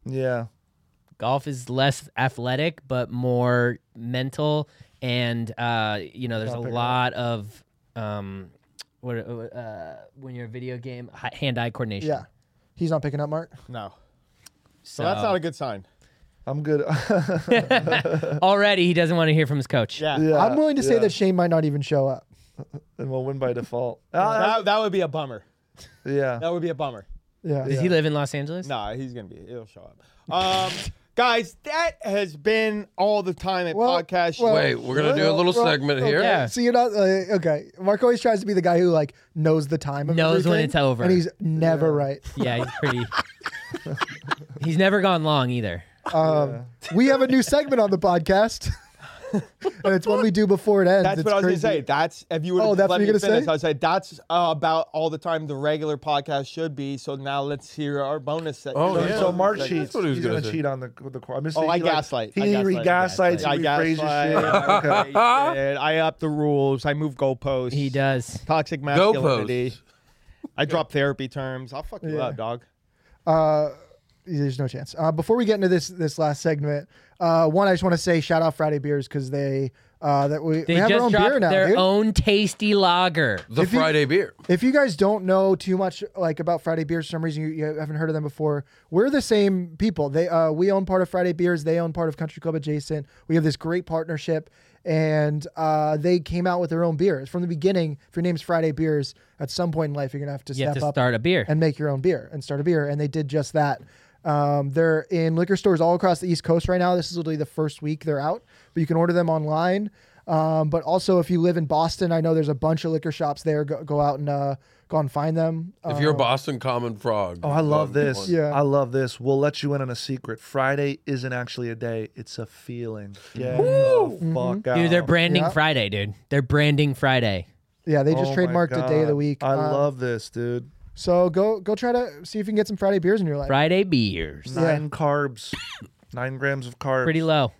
C: Yeah.
E: Golf is less athletic but more mental, and uh, you know, there's a
C: I'll pick it up.
E: lot of um, what uh, when you're a video game hi- hand-eye coordination.
D: yeah. He's not picking up, Mark.
F: No. So that's not a good sign.
C: I'm good.
E: Already, he doesn't want to hear from his coach.
F: Yeah.
C: Yeah,
D: I'm willing to say
C: yeah.
D: that Shane might not even show up.
C: and we'll win by default. Ah,
F: That, that would be a bummer.
C: yeah.
F: That would be a bummer.
D: Yeah.
E: Does he live in Los Angeles?
F: Nah, he's gonna be. He'll show up. Um, guys, that has been all the time at
D: Well-
F: podcast.
D: well-
B: Wait, we're gonna do a
D: Well,
B: little
D: well,
B: segment here.
D: okay.
E: Yeah.
D: So you're not uh, okay. Mark always tries to be the guy who like knows the time of
E: Knows when
D: everything,
E: it's over.
D: and he's never right.
E: Yeah, he's pretty. he's never gone long either.
D: Um, We have a new segment on the podcast, and it's one we do before it ends.
F: that's
D: It's
F: what I was
D: crazy.
F: gonna say. That's if you would
D: Oh, that's
F: let
D: what
F: me
D: you're gonna
F: finish,
D: say?
F: I would say that's uh, about all the time the regular podcast should be. So now let's hear our bonus. Set.
B: Oh,
F: so,
B: yeah.
F: so
C: So Mark
B: That's
C: cheats.
B: what he was
C: He's
B: gonna
C: gonna
B: say.
C: cheat on the the. qu- I'm just
F: Oh,
C: saying
F: I
C: he, like,
F: gaslight.
C: He
F: I gaslight.
C: gaslights.
F: I
C: you, rephrase
F: gaslight.
C: your shit.
F: I gaslight. I up the rules. I move goalposts.
E: He does.
F: Toxic masculinity. I drop therapy terms. I'll fuck you
D: Yeah.
F: up, dog.
D: Uh, there's no chance. Uh, before we get into this this last segment, uh, one I just want to say shout out Friday Beers because they uh, that we,
E: They
D: we have
E: just
D: our own
E: dropped
D: beer now.
E: their
D: dude.
E: own tasty lager.
B: The
D: you-
B: Friday beer.
D: If you guys don't know too much like about Friday Beers, for some reason you, you haven't heard of them before. We're the same people. They uh, we own part of Friday Beers. They own part of Country Club Adjacent. We have this great partnership, and uh, they came out with their own beers from the beginning. If your name's Friday Beers, at some point in life you're gonna have to
E: You
D: step
E: have to
D: up
E: start a beer.
D: and make your own beer and start a beer. And they did just that. Um, they're in liquor stores all across the East Coast right now. This is literally the first week they're out, but you can order them online. Um, but also, if you live in Boston, I know there's a bunch of liquor shops there. Go, go out and uh, go and find them. Uh,
B: If you're a Boston Common Frog. um,
C: Oh, I love this.
D: Yeah.
C: I love this. We'll let you in on a secret. Friday isn't actually a day; it's a feeling. Yeah.
D: Mm-hmm.
C: Fuck out.
E: Dude, they're branding
D: Oh, Yeah.
E: Friday, dude. They're branding Friday.
D: yeah, they just
C: Oh my
D: trademarked a day of
C: God.
D: the week.
C: I
D: Um,
C: love this, dude.
D: So go go try to see if you can get some Friday beers in your life.
E: Friday beers.
C: Nine carbs, nine grams of carbs.
E: Pretty low.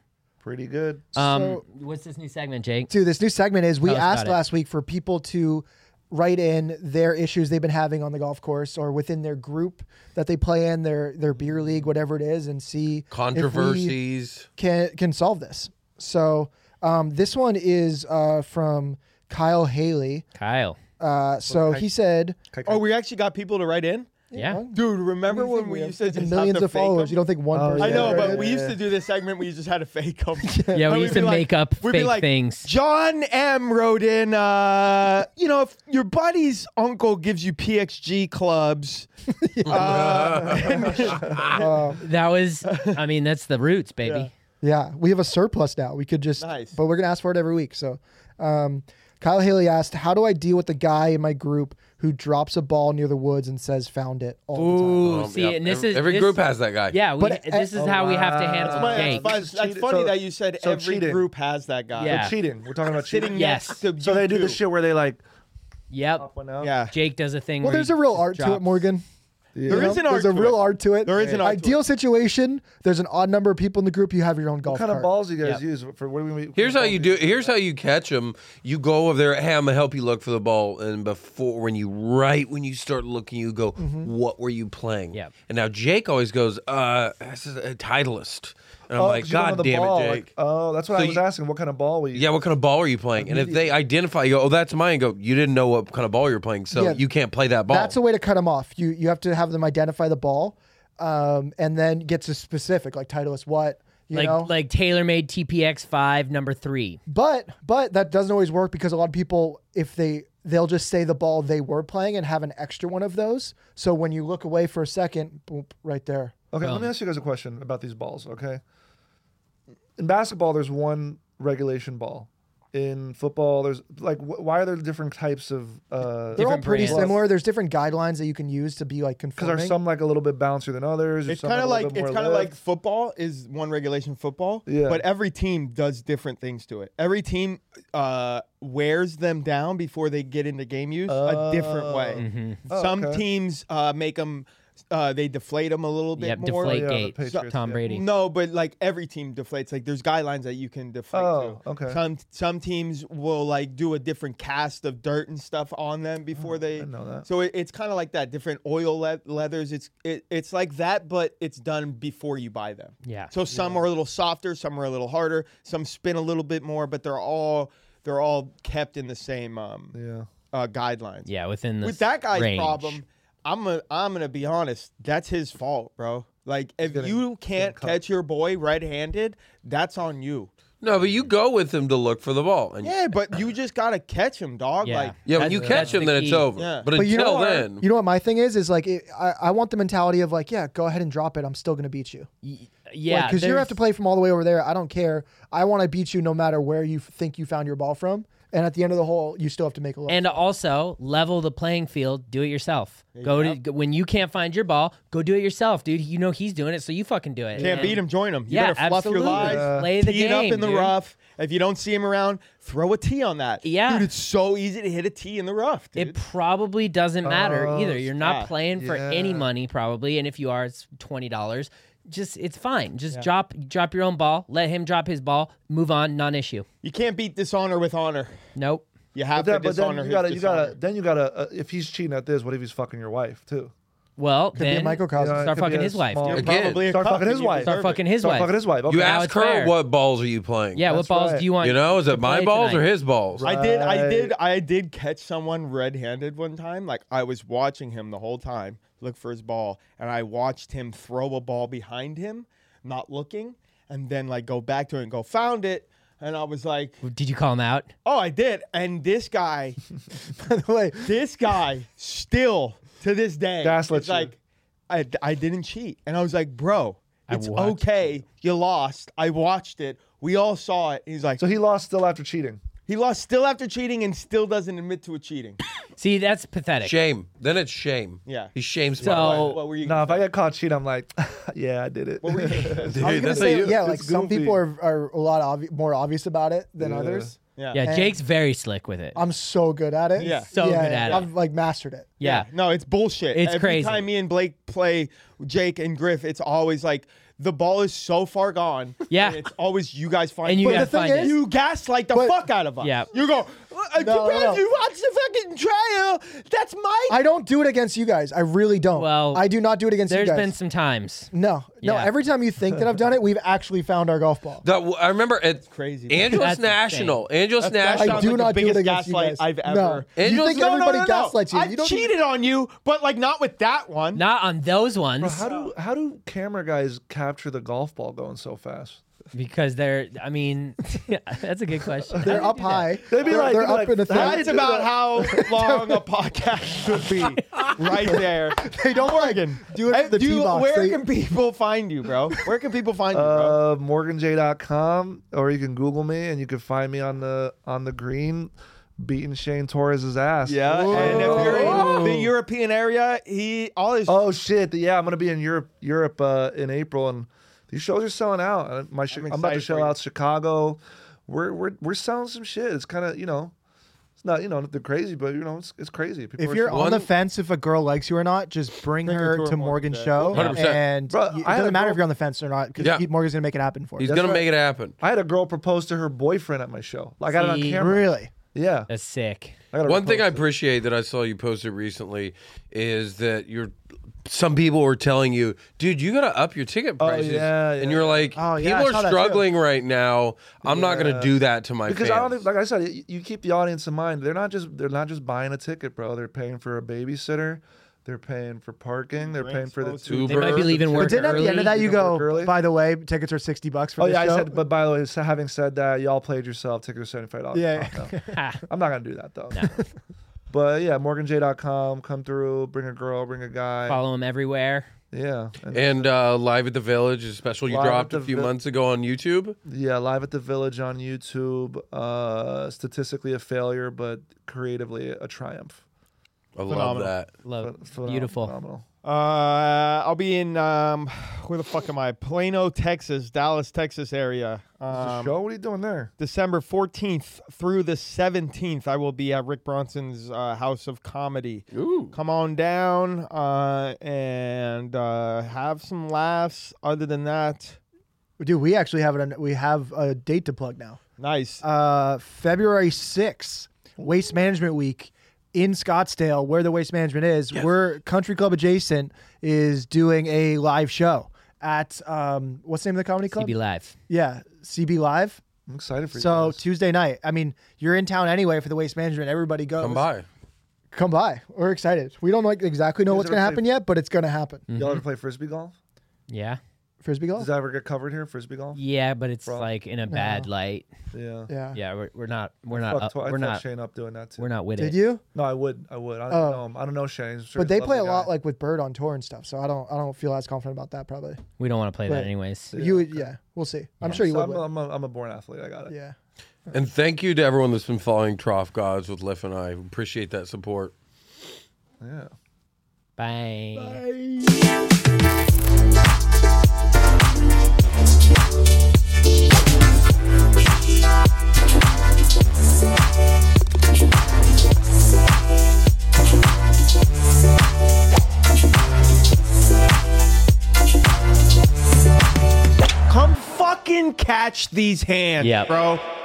C: Pretty good.
E: Um,
D: So-
E: what's this new segment, Jake?
D: Dude, this new segment is we
E: Tell us about
D: asked
E: it.
D: last week for people to write in their issues they've been having on the golf course or within their group that they play in, their their beer league, whatever it is, and see if we
B: Controversies.
D: can can solve this. So um, this one is uh, from Kyle Haley.
E: Kyle.
D: Uh, so he said,
C: Okay,
F: Oh, we actually got people to write in.
E: Yeah.
F: Dude, remember when we, used to just
D: millions
F: have to
D: of
F: fake
D: followers.
F: them?
D: You don't think one
C: Oh,
D: person?
F: I know,
C: Yeah,
F: but
C: yeah,
F: we
C: yeah,
F: used
C: yeah.
F: to do this segment. We just had to fake them.
E: Yeah, we used to make up
F: we'd be
E: fake
F: like,
E: things.
F: John M. wrote in, uh, you know, if your buddy's uncle gives you PXG clubs,
E: That was, I mean, that's the roots, baby.
D: Yeah, we have a surplus now. We could just,
F: Nice.
D: but we're gonna ask for it every week. So, um, Kyle Haley asked, "How do I deal with the guy in my group who drops a ball near the woods and says found it all the time?"
E: Ooh,
B: Um,
E: see,
B: yeah,
E: and this
B: every,
E: is
B: every
E: this-
B: group has that guy.
E: Yeah, we,
D: But, uh,
E: this is how we have to handle
F: But
E: Jake.
F: that's, that's
C: Cheating.
F: funny
C: Uh, So-
F: that you said
C: so
F: every
C: cheating.
F: group has that guy.
E: Yeah.
C: cheating. We're talking about
F: Sitting
C: cheating.
E: Yes.
F: next to
C: So
F: you
C: they do
F: two.
C: the shit where they like.
E: Yep.
F: Yeah.
E: Jake does a thing.
D: Well,
E: where
D: there's
E: he
D: a real
E: just
D: art to it,
E: drops-
D: Morgan.
F: There
D: You know,
F: is an art
D: There's a
F: to
D: real
F: it.
D: art to it.
F: There is an art to it.
D: Ideal situation. There's an odd number of people in the group. You have your own golf
C: What kind of
D: cart.
C: balls you guys use for what do we?
B: Here's how you do. Here's how you catch them. You go over there. Hey, I'm gonna help you look for the ball. And before, when you right when you start looking, you go, "What were you playing?"
E: Yep.
B: And now Jake always goes, "Uh, this is a Titleist." And I'm
C: Oh,
B: like,
C: 'cause you don't know
B: "God
C: the
B: damn
C: ball,
B: it, Jake."
C: like, oh, that's what
B: So
C: I was
B: you-
C: asking. What kind of ball we use?
B: yeah, what kind of ball are you playing? And if they identify, you go, "Oh, that's mine." Go, you didn't know what kind of ball you're playing, so
D: Yeah.
B: you can't play that ball.
D: That's a way to cut them off. You you have to have them identify the ball, um, and then get to specific, like Titleist what you
E: like
D: know.
E: like TaylorMade TPX five number three.
D: But but that doesn't always work because a lot of people if they they'll just say the ball they were playing and have an extra one of those. So when you look away for a second, boop, right there.
C: Okay, let me ask you guys a question about these balls, okay? In basketball, there's one regulation ball. In football, there's like, wh- why are there different types of? uh, Because
D: They're all pretty
E: brands.
D: similar. There's different guidelines that you can use to be like
C: are
D: conforming.
C: some like a little bit bouncier than others? or
F: It's
C: some
F: kind
C: a
F: of
C: little
F: like
C: bit
F: it's
C: more
F: kind of like
C: lift?
F: football is one regulation football,
C: Yeah.
F: but every team does different things to it. Every team uh, wears them down before they get into game use a different
E: Oh.
F: way.
E: Mm-hmm.
F: Some
C: Oh, okay.
F: teams uh, make them uh, they deflate them a little bit
E: Yep,
F: more.
E: deflate
C: yeah, the
E: gate.
C: Patriots,
E: Tom
C: yeah.
E: Brady.
F: No, but like every team deflates. Like there's guidelines that you can deflate
C: Oh,
F: to.
C: okay.
F: Some some teams will like do a different cast of dirt and stuff on them before they.
C: Oh, didn't know that.
F: So it, it's kind of like that. Different oil le- leathers. It's it, it's like that, but it's done before you buy them.
E: Yeah.
F: So some are a little softer, some are a little harder, some spin a little bit more, but they're all they're all kept in the same um,
C: yeah.
F: uh, guidelines
E: Yeah, within the
F: with that guy's
E: range.
F: problem I'm a, I'm gonna be honest. That's his fault, bro. Like if
C: getting-
F: you can't
C: cut.
F: catch your boy red-handed, that's on you.
B: No, but you go with him to look for the ball. And
F: Yeah, but you just gotta catch him, dog.
E: Mm. Yeah.
F: Like
B: yeah, when
E: That's-
B: you
E: that's
B: catch him,
E: the
B: then it's
E: key.
B: over.
F: Yeah.
B: But,
D: But you know
B: until
D: what?
B: then,
D: You know what my thing is is like it, I, I want the mentality of like yeah go ahead and drop it I'm still gonna beat you
E: Y- Yeah,
D: because you
E: there's-
D: have to play from all the way over there I don't care I want to beat you no matter where you f- think you found your ball from and at the end of the hole you still have to make a look
E: And also level the playing field. Do it yourself. Go to go- when you can't find your ball. Go do it yourself, dude. You know he's doing it, so you fucking do it.
F: can't
E: And-
F: beat him, join him. You
E: Yeah,
F: better fluff your
E: absolutely.
F: lies,
E: Yeah. Play the
F: tee it up
E: game,
F: in the
E: dude.
F: rough. If you don't see him around, throw a tee on that.
E: Yeah.
F: dude, it's so easy to hit a tee in the rough. Dude.
E: It probably doesn't matter
C: Oh,
E: either. You're not
F: yeah.
E: playing for any
C: Yeah.
E: money probably, and if you are, it's twenty dollars. Just it's fine. Just drop drop your own ball. Let him drop his ball. Move on. Non-issue.
F: you can't beat dishonor with honor.
E: Nope.
F: You have
C: But then,
F: to
C: but then
F: dishonor
C: you
F: his
C: gotta, you gotta,
F: dishonor.
C: then you gotta. Uh, if he's cheating at this, what if he's fucking your wife too?
E: Well,
D: Be a
E: then
D: microcosm.
C: You know, it
E: Start
C: could be
E: fucking
C: a
E: his wife,
C: small-
B: dude.
F: You're
B: Again.
F: probably a
C: Start
F: cuck
C: fucking
F: and
C: his
F: you
C: wife.
E: start
F: deserve it.
E: fucking his
C: Start
E: wife.
C: fucking his wife. Okay.
B: you
E: Now
B: ask
E: it's
B: her
E: fair.
B: what balls are you playing.
E: Yeah. What
C: That's
E: balls
C: right.
E: do you want?
B: You know, is
E: to
B: it my
E: play
B: balls or
E: tonight?
B: his balls?
F: I did, I did,
C: Right.
F: I did catch someone red-handed one time. Like I was watching him the whole time, look for his ball, and I watched him throw a ball behind him, not looking, and then like go back to it and go found it, and I was like,
E: Did you call him out?
F: oh, I did, and this guy,
D: by the way
F: this guy, still to this day,
C: Gaslit
F: is
C: you.
F: like, I, I didn't cheat, and I was like, bro, it's
E: watched
F: okay, you lost, I watched it, we all saw it. And he's like,
C: So he lost still after cheating.
F: he lost still after cheating, and still doesn't admit to a cheating.
E: See, that's pathetic.
B: Shame. Then it's shame.
F: Yeah.
B: He shames
E: So-
B: my wife.
E: Oh.
F: what were you?
C: No, if I get caught cheating, I'm like, yeah, I did it.
F: what were you
D: I was
B: Dude,
D: gonna
B: that's
D: say,
B: how you-
D: yeah
C: it's
D: like some
C: goofy.
D: people are, are a lot obvi- more obvious about it than
C: Yeah.
D: others
F: yeah.
E: Yeah, Jake's very slick with it.
D: I'm so good at it
F: Yeah.
E: So good at it.
D: I've like mastered it
E: yeah.
F: No, it's bullshit.
E: It's
F: Every
E: crazy.
F: time me and Blake play Jake and Griff, it's always like the ball is so far gone.
E: Yeah.
F: and it's always you guys find
E: And you
F: But
E: gotta
F: the thing
E: find
F: is,
E: it.
F: you gaslight the
D: But-
F: fuck out of us.
E: Yeah.
F: You go, I can't
D: no,
F: believe
D: no.
F: you watched the fucking trial. That's my
D: I don't do it against you guys I really don't
E: Well,
D: I do not do it against you
E: There's
D: guys Mm-hmm.
E: been some times.
D: no no
E: Yeah.
D: every time you think that I've done it we've actually found our golf ball
B: That, I remember at
F: crazy, bro.
B: Angeles
E: That's
B: National. Angeles
F: That
B: National.
D: I
F: sounds
D: do
F: like
D: not
F: the
D: do it
F: biggest
D: against you
F: gaslight
D: guys.
F: I've
D: No.
F: ever.
D: You
B: Angels-
D: think
F: No, no,
D: everybody
F: no, no.
D: gaslights you?
F: I
D: you don't
F: cheated on you, but like not with that one.
E: Not on those ones
C: How do how do camera guys capture the golf ball going so fast?
E: because they're. I mean, that's a good question. How do
D: They're
E: you
D: up
E: do that?
D: high.
C: They'd be
D: they're,
C: like-
D: they're
C: they'd be
D: up
C: like,
D: in a thing.
C: "That
F: That's about how long a podcast should be, right there.
D: They don't like do it
F: Hey,
D: from the
F: do
D: tee
F: you-
D: box.
F: where
D: They-
F: can people find you, bro? Where can people find you, bro?
C: Uh, MorganJ.com, or you can Google me and you can find me on the on the green, beating Shane Torres's ass.
F: Yeah, and if you're in the European area, he all his
C: Oh shit! Yeah, I'm gonna be in Europe Europe uh, in April, and these shows are selling out. And My sh- I'm, about to
F: excited for
C: show
F: you.
C: out Chicago. We're we're we're selling some shit. It's kind of you know, it's not you know the crazy, but you know it's it's crazy. People
D: if
C: are
D: you're
C: selling-
D: on the
B: One-
D: fence if a girl likes you or not, just bring, her, to, Morgan's show,
B: 100%.
D: and
C: Bro,
D: you- it
C: I had a
D: doesn't matter if
C: girl-
D: you're on the fence or not because
B: Yeah.
D: Morgan's gonna make it happen for
B: He's
D: you.
B: going to
C: right.
B: make it happen.
C: I had a girl propose to her boyfriend at my show. Like I got it on
E: See?
C: camera.
D: Really?
C: Yeah,
E: That's sick.
C: I got a
B: One thing I
C: proposal.
B: appreciate that I saw you posted recently is that you're. Some people were telling you, dude, you gotta up your ticket prices.
C: Oh, yeah,
B: And
C: yeah.
B: you're like,
D: Oh, yeah, I
B: people
D: saw
B: are
D: that too.
B: struggling right now. I'm not gonna
C: Yeah.
B: do that to my
C: because I
B: fans.
C: don't think, like I said, you, you keep the audience in mind. They're not just they're not just buying a ticket, bro. They're paying for a babysitter. They're paying for parking. They're paying for the
F: folks,
C: two.
E: They might be
B: Uber.
E: leaving work
D: But then at
E: early.
D: the end of that, you
C: You can
D: go.
C: work early.
D: By the way, tickets are sixty bucks for
C: Oh
D: this
C: yeah, I
D: show."
C: said. But by the way, so having said that, y'all played yourself. Tickets seventy five dollars.
D: Yeah.
E: Ah.
C: I'm not gonna do that though. but yeah, morganj.com. Come through. Bring a girl. Bring a guy.
E: follow him everywhere.
C: Yeah. And,
B: And uh, live at the village is a special you
C: Live at
B: dropped a
C: the
B: few
C: Vi-
B: months ago on YouTube.
C: yeah, live at the village on YouTube. Uh, statistically a failure, but creatively a triumph.
B: I love
F: Phenomenal.
B: that.
E: Love,
C: Phenom-
E: beautiful.
D: um,
C: Phenomenal.
F: Uh, I'll be in um, where the fuck am I? Plano, Texas, Dallas, Texas area. Um,
C: Joe, what are you doing there?
F: December 14th through the 17th, I will be at Rick Bronson's uh, House of Comedy. Ooh. Come on down uh, and uh, have some laughs. Other than that,
D: "Dude, we actually have it. We have a date to plug now.
F: nice.
D: Uh, February sixth, Waste Management Week." In Scottsdale, where the waste management is, we're Country Club adjacent is doing a live show at um, what's the name of the comedy club?
E: be live.
D: Yeah, CB Live.
C: I'm excited for you.
D: So
C: guys.
D: Tuesday night. I mean, you're in town anyway for the waste management. Everybody goes.
B: Come by.
D: come by. We're excited. We don't like exactly know
C: Is
D: what's
C: it
D: going to
C: okay-
D: happen yet, but it's going to happen.
E: Mm-hmm.
C: Y'all ever play frisbee golf?
E: Yeah.
D: Frisbee golf.
C: Does that ever get covered here? Frisbee golf?
E: Yeah, but it's like in a bad light.
C: Yeah.
D: yeah.
E: Yeah, we're, we're not we're
C: I
E: not
C: fucked
E: up,
C: twi- I
E: Uh, we're
C: fucked
E: not
C: Shane up doing that too.
E: we're not with
D: Did
E: it.
D: you?
C: No, I would. I would. I don't
D: Oh.
C: know him. I don't know Shane. I'm sure
D: But
C: he's
D: they play a
C: lovely
D: lot
C: guy.
D: like with Bird on tour and stuff, so I don't I don't feel as confident about that probably.
E: We don't want to play that
D: Right.
E: anyways.
D: you would, yeah. We'll see. I'm sure you
C: So
D: would.
C: I'm, a,
D: win.
C: I'm, a, I'm a born athlete. I got it.
D: yeah.
B: And thank you to everyone that's been following Trough Gods with Liff and I. Appreciate that support.
C: yeah.
E: Bye.
F: Come fucking catch these hands,
E: Yep.
F: bro.